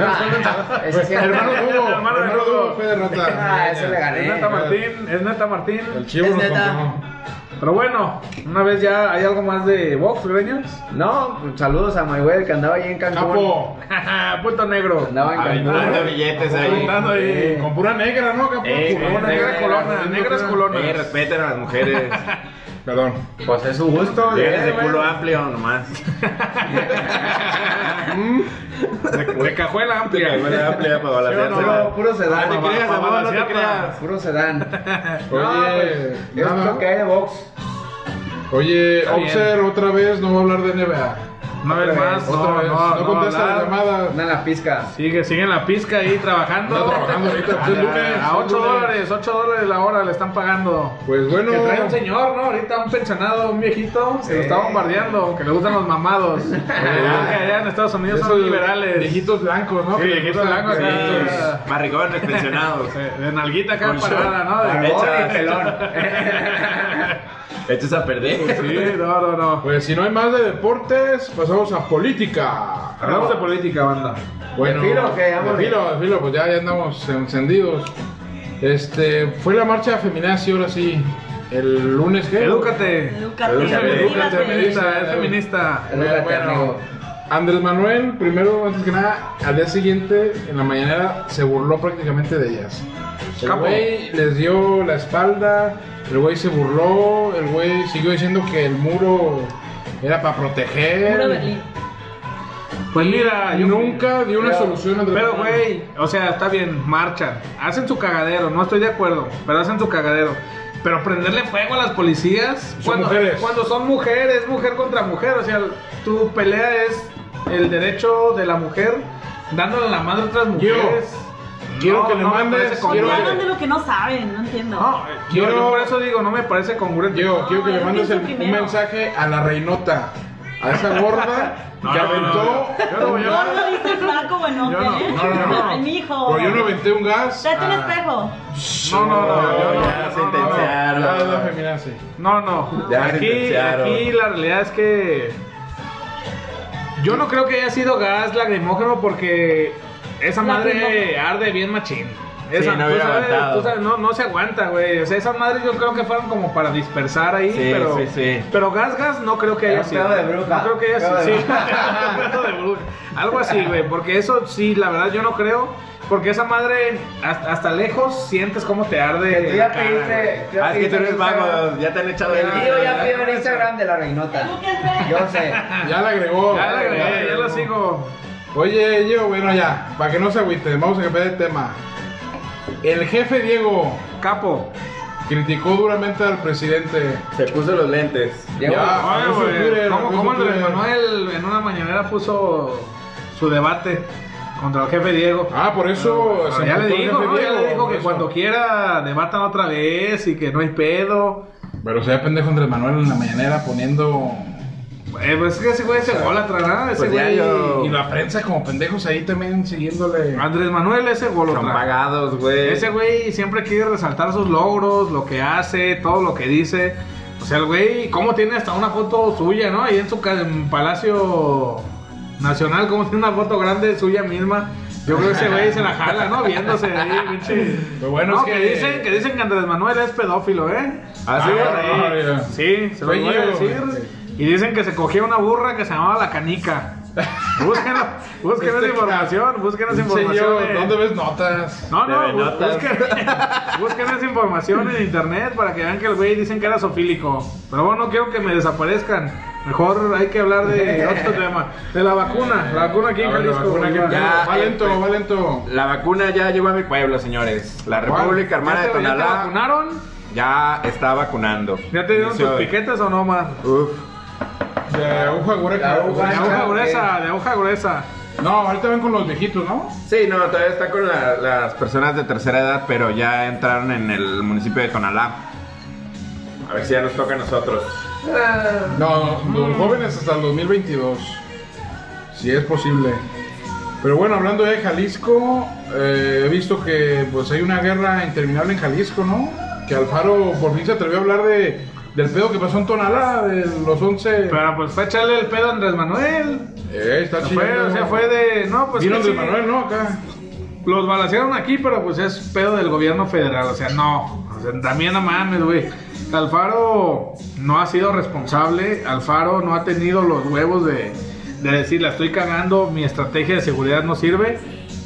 Ah,
Hermano Hugo,
Hermano de
hermano
Hugo.
Hugo fue derrotado.
Ah, ese le gané.
Es neta Martín, es neta Martín.
El chivo
Es
nos
neta.
condenó.
Pero bueno, una vez ya hay algo más de box, Greñas.
No, saludos a Mayweather que andaba ahí en Cancún.
Capo,
Punto negro.
Andaba en
Aventando
Cancún.
billetes ahí.
Aventando ahí.
con pura negra, ¿no, Capo?
Eh,
Con pura
eh,
negra
eh,
colona,
eh,
negras
eh,
colonas.
Eh, respeten a las mujeres.
Perdón.
Pues es su gusto.
Llegues
eh,
de
güey.
culo amplio nomás.
De, de cajuela amplia.
Culo amplio para balancearse.
Puro, puro
Ah,
sedán.
No te
mamá.
creas,
para
amor, no te
balancearla.
creas.
Puro sedán.
pues,
Oye,
Es
nada.
lo que hay de box.
Oye,
Está bien.
Oxer otra vez no va a hablar de NBA.
Una vez más, no,
Otra vez,
no,
no,
no
contesta
hablar.
las llamadas.
Anda en la pizca.
Sigue, sigue en la pizca ahí trabajando.
Anda trabajando ahorita, pues, es lunes,
A
es
8
lunes.
dólares, 8 dólares la hora le están pagando.
Pues bueno,
Que trae un señor, ¿no? Ahorita un pensionado, un viejito, se lo está bombardeando, que le gustan los mamados. Allá allá en Estados Unidos
esos
son liberales.
Viejitos blancos, ¿no?
Sí,
Que les
viejitos
gustan
blancos,
las
sí.
viejitas.
Eh, Barrigones pensionados.
Eh, De nalguita acá
Con
parada,
short,
Ah, ¿no? De
barbón
bolas.
y Echas a perder.
Sí, no, no, no.
Pues si no hay más de deportes, pasamos a política.
Hablamos de política, banda.
Bueno,
¿De filo o qué? Vámonos.
de filo, de filo, pues ya, ya andamos encendidos. Este, fue la marcha feminazi ahora sí, el lunes que...
Edúcate.
Edúcate,
Edúcate,
Edúcate,
edúcate,
edúcate.
feminista, es feminista.
Edúcate, amigo.
Andrés Manuel, primero, antes que nada, al día siguiente, en la mañanera, se burló prácticamente de ellas. El
Capo.
güey les dio la espalda, el güey se burló, el güey siguió diciendo que el muro era para proteger.
Puro Berlín.
Pues mira, yo
Nunca dio una
Pero-
solución a Andrés
Pero,
Manuel.
güey, o sea, está bien, marchan. Hacen su cagadero, no estoy de acuerdo, pero hacen su cagadero. Pero prenderle fuego a las policías
Son
cuando,
mujeres.
cuando son mujeres, mujer contra mujer. O sea, tu pelea es el derecho de la mujer dándole la madre a otras
Yo.
mujeres.
Quiero
No,
que le
no me
mandes-
parece
quiero
congruente.
Hablan de lo que no saben, no entiendo.
No, yo,
Quiero-
yo por eso digo, no me parece congruente.
Diego,
No,
quiero que le
yo
mandes el-
pienso
un
primero.
mensaje a la reinota, a esa gorda
No,
que
no, no,
aventó.
yo no, yo no.
Gordo, dice flaco, bueno,
Yo no,
¿qué?
no, no, no.
Ay, mijo.
Pero yo no aventé un gas.
Tráete un
Ah.
espejo.
No, no, no, yo no,
Ya
no, no,
sentenciaron.
Ah, la feminazi.
No, no.
Ya
aquí,
sentenciaron.
aquí la realidad es que. Yo no creo que haya sido gas lacrimógeno porque esa madre
Lacrimógeno.
arde bien machín.
Sí,
Esa,
no
tú
hubiera
sabes,
aguantado.
tú sabes, no, no se aguanta, güey. O sea, esas madres yo creo que fueron como para dispersar ahí,
Sí,
pero,
sí, sí.
pero gas, gas no creo que haya
Era un
sido.
pedo de bruja.
No creo que haya
Pedo
sido.
de
sí. Pedo de bruja. Algo así, güey, porque eso sí, la verdad yo no creo. Porque esa madre, hasta, hasta lejos sientes cómo te arde.
Que tú ya
la cara,
pediste-
güey.
Ya
Ah, es que tú
te
eres
hice-
vago, ya te han echado el.
Yo ya pido en Instagram de la reinota. Yo sé.
Ya la agregó.
Ya la agregué, ya la
agregó.
sigo.
Oye, yo, bueno, ya, para que no se agüiten, vamos a cambiar de tema. El jefe Diego
Capo.
criticó duramente al presidente.
Se puso los lentes.
Diego,
Ya. Ah,
Oye,
eso
güey,
es Twitter,
¿Cómo,
eso
cómo
es
Andrés
Twitter.
Manuel en una mañanera puso su debate contra el jefe Diego?
Ah, por eso. se
ya le
emputó el
dijo,
jefe
¿no? Ya
Diego,
le dijo
por
que
eso.
cuando quiera debatan otra vez y que no hay pedo.
Pero se ve pendejo Andrés Manuel en la mañanera poniendo.
Eh, pues es que ese güey se golatra, ¿no? Ah, Ese
Pues ya
güey.
yo-
Y la prensa como pendejos ahí también siguiéndole.
Andrés Manuel ese
Son
golatra.
pagados, güey.
Ese güey siempre quiere resaltar sus logros, lo que hace, todo lo que dice. O sea, el güey, ¿cómo tiene hasta una foto suya, no? Ahí en su ca- en Palacio Nacional, ¿cómo tiene una foto grande suya misma? Yo creo que ese güey se la jala, ¿no? Viéndose ahí, pinche.
Pero bueno,
No,
es
que...
que-
dicen, que dicen que Andrés Manuel es pedófilo, ¿eh?
Ah, sí,
Ah,
güey.
güey. Sí, se lo
Soy
voy a
yo,
decir.
güey.
Y dicen que se cogía una burra que se llamaba La Canica. Busquen, busquen esa
Este
información, busquen esa
Pinche
información.
Diego,
de-
¿dónde ves notas?
no, no,
Debe
bu-
notas.
busquen, busquen esa información en internet para que vean que el güey dicen que era sofílico. Pero bueno, no quiero que me desaparezcan. Mejor hay que hablar de otro tema. De la vacuna. La vacuna aquí en
A ver, la
Jalisco,
vacuna
güey.
Ah, que-
Ya,
va lento, va lento.
La vacuna ya llegó a mi pueblo, señores. La
¿Cuál?
República Hermana
¿Ya
de
te, ya te
Tonalá
vacunaron?
ya está vacunando.
¿Ya te dieron
Inicio
tus
de-
piquetes o no, más?
Uf.
De aguja
De
hueca.
De
aguja.
aguja
ok.
gruesa, de aguja gruesa.
No, ahorita ven con los viejitos, ¿no?
Sí, no, todavía está con la- las personas de tercera edad, pero ya entraron en el municipio de Tonalá. A ver si ya nos toca a nosotros.
ah,
No,
Mm.
los jóvenes hasta el 2022. Si es posible. Pero bueno, hablando de Jalisco, eh, he visto que pues hay una guerra interminable en Jalisco, ¿no? Que Alfaro por fin se atrevió a hablar de, del pedo que pasó en Tonalá, de los 11...
Pero pues fue echarle el pedo a Andrés Manuel.
Eh, está
No
chido.
fue, o sea, fue de. No, pues.
Vino
que
de
sí.
Manuel, ¿no? Acá.
Los balancearon aquí, pero pues es pedo del gobierno federal, o sea, no. O sea, también no mames, güey. Alfaro no ha sido responsable, Alfaro no ha tenido los huevos de, de decir, la estoy cagando, mi estrategia de seguridad no sirve.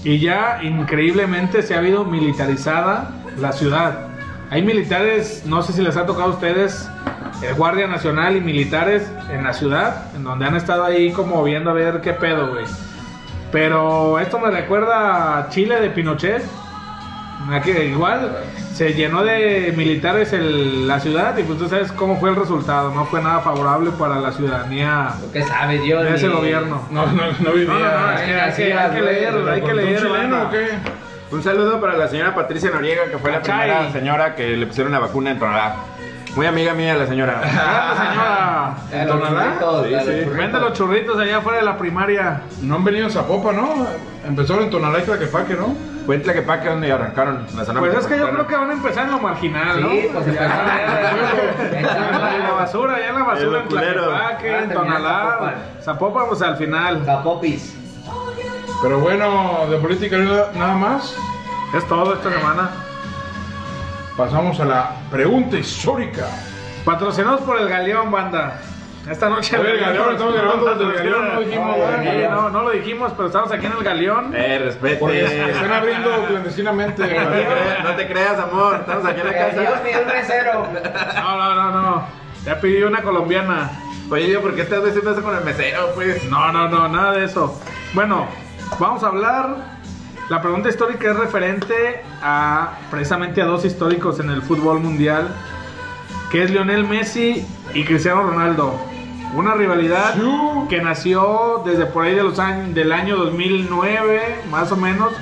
Y ya increíblemente se ha habido militarizada la ciudad. Hay militares, no sé si les ha tocado a ustedes, el Guardia Nacional y militares en la ciudad, en donde han estado ahí como viendo a ver qué pedo, güey. Pero esto me recuerda a Chile de Pinochet. Aquí, igual se llenó de militares el- la ciudad y pues tú sabes cómo fue el resultado. No fue nada favorable para la ciudadanía
¿Qué sabe Dios?
de ese
ni-
gobierno.
No, no, no vivía.
No, no, no, es que hay que, hay que leer, hay que
¿Con un
leer.
chileno
banda.
o qué?
Un saludo para la señora Patricia Noriega, que fue la
Acay.
primera señora que le pusieron la vacuna en Tonalá. Muy amiga mía la señora.
Grande, señora.
A los
¿Tonalá?
burritos,
Sí,
a los
sí.
burritos.
Vende los churritos allá afuera de la primaria.
No han venido a Zapopan, ¿no? Empezaron en Tonalá y Tlaquepaque, ¿no?
Fue en Tlaquepaque donde arrancaron la zona
Pues es que yo creo
metropolitana.
que van a empezar en lo marginal, ¿no?
Sí, pues empezó
Ya en la
a
basura, ya en la basura, en
lo culero.
Tlaquepaque,
Ah,
en
terminé
Tonalá,
Zapopan.
Zapopan, pues al final.
Popis.
Pero bueno, de política no- nada más.
Es todo esta semana.
Pasamos a la pregunta histórica.
Patrocinados por el Galeón, banda. Esta noche.
Oye, el Galeón, estamos grabando desde el Galeón, no dijimos, ¿verdad?
Sí, No, no lo dijimos, pero estamos aquí en el Galeón.
Eh,
Porque
respete.
están abriendo clandestinamente.
No te creas- No te creas, amor. Estamos aquí en la
Dios
casa.
mío, un mesero.
No, no, no, no. Ya pedí una colombiana.
Oye, yo, ¿por qué estás haciendo eso con el mesero, pues?
No, no, no, nada de eso. Bueno, vamos a hablar. La pregunta histórica es referente a precisamente a dos históricos en el fútbol mundial, que es Lionel Messi y Cristiano Ronaldo. Una rivalidad que nació desde por ahí de los años, del año 2009, más o menos,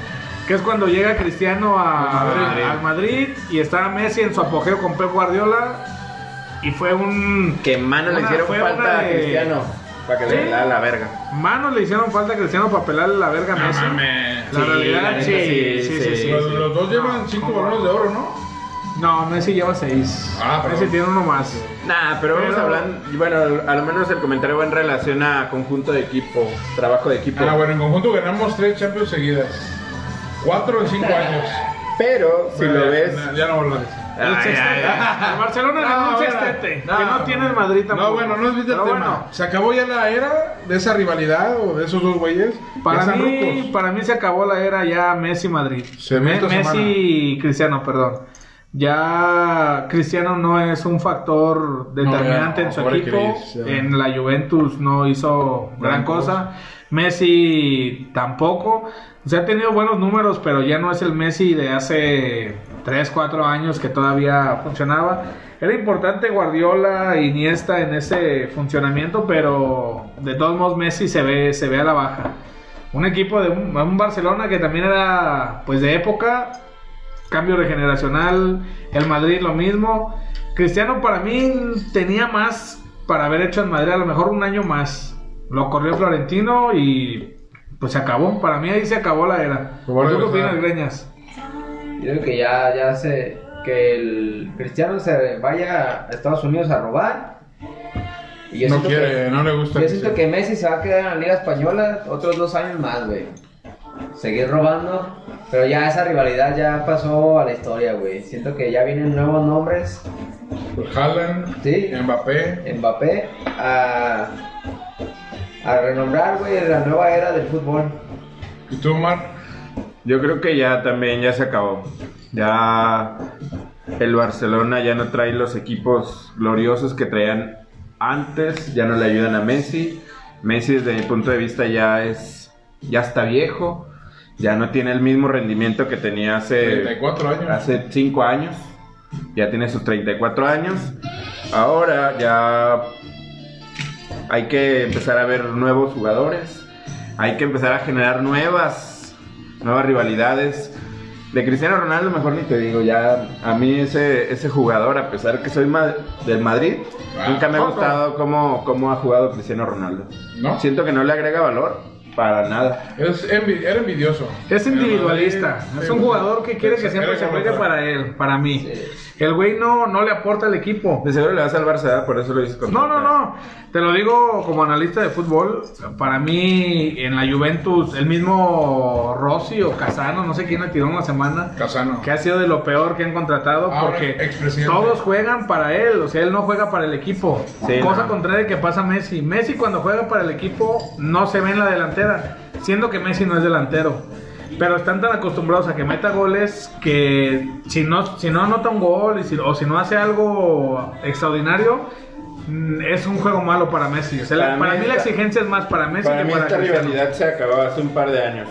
que es cuando llega Cristiano a,
Al Madrid.
al Madrid y está Messi en su apogeo con Pep Guardiola y fue un
Que mano le
Una-
hicieron
fue
falta
una
a
de-
Cristiano. Para que le
Sí.
da a la verga.
Manos le hicieron falta a Cristiano para pelarle la verga a Messi. La
Sí, la
realidad,
neta,
sí, sí,
sí,
sí,
sí.
sí.
Los, los dos llevan
No,
cinco
¿cómo?
balones de oro, ¿no?
No, Messi lleva seis.
Ah, perdón.
Messi tiene uno más.
Nah, pero vamos
Pero-
hablando. Bueno, a lo menos el comentario va en relación a conjunto de equipo, trabajo de equipo.
Ah, bueno, en conjunto ganamos tres Champions seguidas. Cuatro en cinco años.
Pero si
Bueno,
lo
ya-
ves.
Ya, ya no hablaré.
Ay,
el sextete.
ay, ay.
El Barcelona
No,
ganó un
bueno,
sextete.
no.
este, que no tiene el Madrid tampoco.
No, bueno, no es el tema.
Pero bueno,
Se acabó ya la era de esa rivalidad o de esos dos güeyes. Ya
para
están
mí,
rucos.
para mí se acabó la era ya Messi-Madrid.
Cemento
Messi
Samana.
y Cristiano, perdón. Ya Cristiano no es un factor determinante
ya,
en su
pobre
equipo.
Cris, ya.
en la Juventus no hizo gran
Gran
cosa. Messi tampoco. O sea, ha tenido buenos números, pero ya no es el Messi de hace 3, 4 años que todavía funcionaba. Era importante Guardiola y Iniesta en ese funcionamiento, pero de todos modos Messi se ve, se ve a la baja. Un equipo de un, un Barcelona que también era pues de época, cambio regeneracional, el Madrid lo mismo. Cristiano para mí tenía más para haber hecho en Madrid, a lo mejor un año más. Lo corrió Florentino y pues se acabó. Para mí ahí se acabó la era.
Lo voy a
¿Tú qué
regresar.
opinas, Greñas?
Yo creo que ya, ya se. Que el cristiano se vaya a Estados Unidos a robar. Y yo
no
siento
quiere,
que-
no le gusta.
Yo
que
siento
sea.
que Messi se va a quedar en la Liga Española otros dos años más, güey. Seguir robando. Pero ya esa rivalidad ya pasó a la historia, güey. Siento que ya vienen nuevos nombres.
Pues Haaland,
Sí.
Mbappé.
Mbappé a, a renombrar, güey, la nueva era del fútbol.
¿Y tú, Mar?
Yo creo que ya también ya se acabó. Ya el Barcelona ya no trae los equipos gloriosos que traían antes, ya no le ayudan a Messi. Messi desde mi punto de vista ya es ya está viejo, ya no tiene el mismo rendimiento que tenía hace
34 años.
hace 5 años. Ya tiene sus 34 años. Ahora ya hay que empezar a ver nuevos jugadores. Hay que empezar a generar nuevas nuevas rivalidades. De Cristiano Ronaldo mejor ni te digo, ya a mí ese, ese jugador, a pesar que soy ma- del Madrid,
Ah,
nunca me ha
poco.
gustado cómo, cómo ha jugado Cristiano Ronaldo.
¿No?
Siento que no le agrega valor para nada.
Es envi- era pues, envidioso.
Es individualista.
Era-
Es un jugador que quiere que siempre
Era
se juegue
golpeador.
para él, para mí. El güey no, no le aporta al equipo.
De seguro le vas al Barça, ¿verdad? por eso lo dices con
No, no, no. Te lo digo como analista de fútbol. Para mí, en la Juventus, el mismo Rossi o Casano, no sé quién le tiró en la semana.
Casano.
que ha sido de lo peor que han contratado
Ahora,
porque
expresidente.
todos juegan para él, o sea, él no juega para el equipo.
Sí,
Cosa
no.
contraria que pasa a Messi. Messi cuando juega para el equipo no se ve en la delantera, siendo que Messi no es delantero. Pero están tan acostumbrados a que meta goles que si no, si no anota un gol y si- o si no hace algo extraordinario, mm, es un juego malo para Messi. O sea, la- para,
Para mí
mí, la
esta-
exigencia es más para Messi
Para
que
mí
para
esta
Cristiano.
rivalidad se acabó hace un par de años.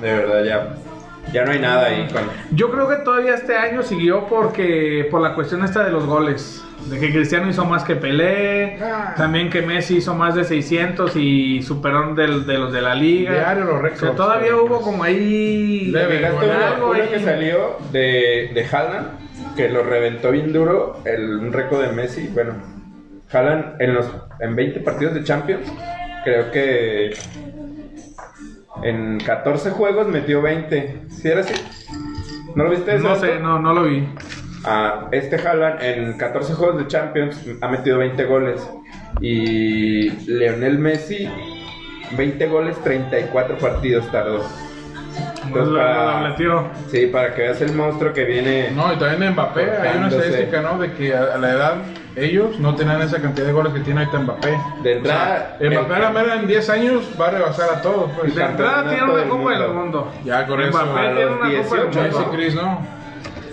De verdad, ya. Ya no hay nada ahí con.
Yo creo que todavía este año siguió porque por la cuestión esta de los goles, de que Cristiano hizo más que Pelé,
Ah.
también que Messi hizo más de 600 y superaron del, de los de la liga.
Diario los récords. pues
O sea, todavía hubo como ahí
Leve,
Fijaste
bueno,
una
algo
locura
ahí.
que salió de, de Haaland, que lo reventó bien duro el un récord de Messi. Bueno, Haaland en los en 20 partidos de Champions, creo que en 14 juegos metió 20. ¿Sí era así? ¿No lo viste? ese
No
dato?
sé, no, no lo vi.
Ah, este Haaland en 14 juegos de Champions ha metido 20 goles. Y Leonel Messi, 20 goles, 34 partidos tardó.
No
Entonces,
lo
para-
lo metió.
Sí, para que veas el monstruo que viene.
No, y también Mbappé, hay una
Pues,
Cortándose.
estadística, ¿no? De que a a la edad ellos no tenían esa cantidad de goles que tiene ahorita Mbappé.
De entrada,
O sea, Mbappé
el-
a la mera en 10 años va a rebasar a todos. Pues.
De entrada
campeonato
tiene una
del
Copa del
mundo.
Mundo.
Ya, con eso,
Mbappé
a
tiene
los
una Copa
18
del
Messi,
Mundo.
Chris, ¿no?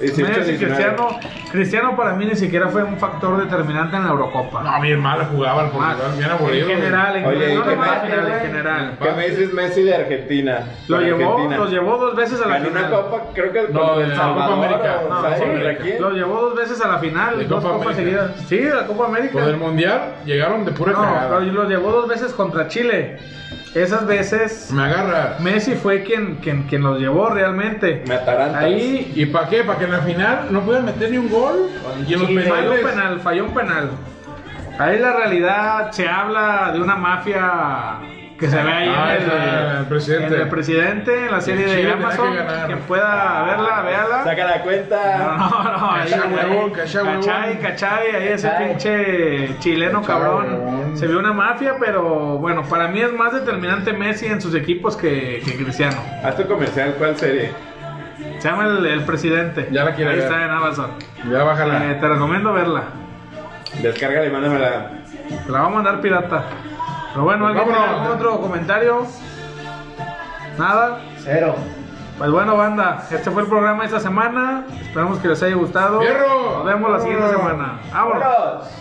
18,
Messi,
19.
Cristiano, Cristiano para mí ni siquiera fue un factor determinante en la Eurocopa.
No, bien mal jugaba el Portugal, bien aburrido.
Ah, en general, en
Oye,
general,
¿y
no
qué
nomás
más,
en general, en
güey?
general.
¿Qué me dices Messi de Argentina?
Lo
Con
llevó,
Argentina.
lo llevó dos veces a la
Ganó una
final.
copa, creo que
No,
con
de
El
la
Salvador.
Copa América.
o
No,
Copa
¿sabes? ¿Contra
América.
quién?
Lo llevó dos veces a la final,
De
dos
Copa
copas
América.
seguidas. Sí, la Copa América.
Con el Mundial llegaron de pura
no,
cagada.
pero lo llevó dos veces contra Chile. Esas veces
Me agarra.
Messi fue quien quien quien los llevó realmente.
Me atarantas.
Ahí
¿Y para qué? ¿Para que en la final no puedan meter ni un gol? Y en los
falló un
penales.
penal, falló un penal. Ahí la realidad se habla de una mafia que se ve ahí
Ah,
en, el,
el, el presidente.
en el presidente, en la serie
Chile
de
tenía que
Amazon.
ganar.
Quien pueda verla, véala.
Saca la
No,
cuenta.
no, no, ahí,
Cachá,
güey.
huevón, cachá, huevón.
Cachai, cachai, ahí ese
Cachai.
pinche chileno
Cachá,
cabrón.
huevón.
Se vio una mafia, pero bueno, para mí es más determinante Messi en sus equipos que, que Cristiano.
Haz tu comercial, ¿cuál serie?
Se llama El, El Presidente.
Ya la quiero
Ahí
ver.
está en Amazon.
Ya bájala.
Eh, te recomiendo verla.
Descárgala y mándamela.
Te la va a mandar pirata. Pero bueno, ¿alguien tiene
Vámonos.
algún otro comentario? Nada.
Cero.
Pues bueno, banda, este fue el programa de esta semana. Esperamos que les haya gustado.
¡Fierro!
Nos vemos la siguiente
¡Vámonos!
semana. ¡Vámonos!
Vámonos.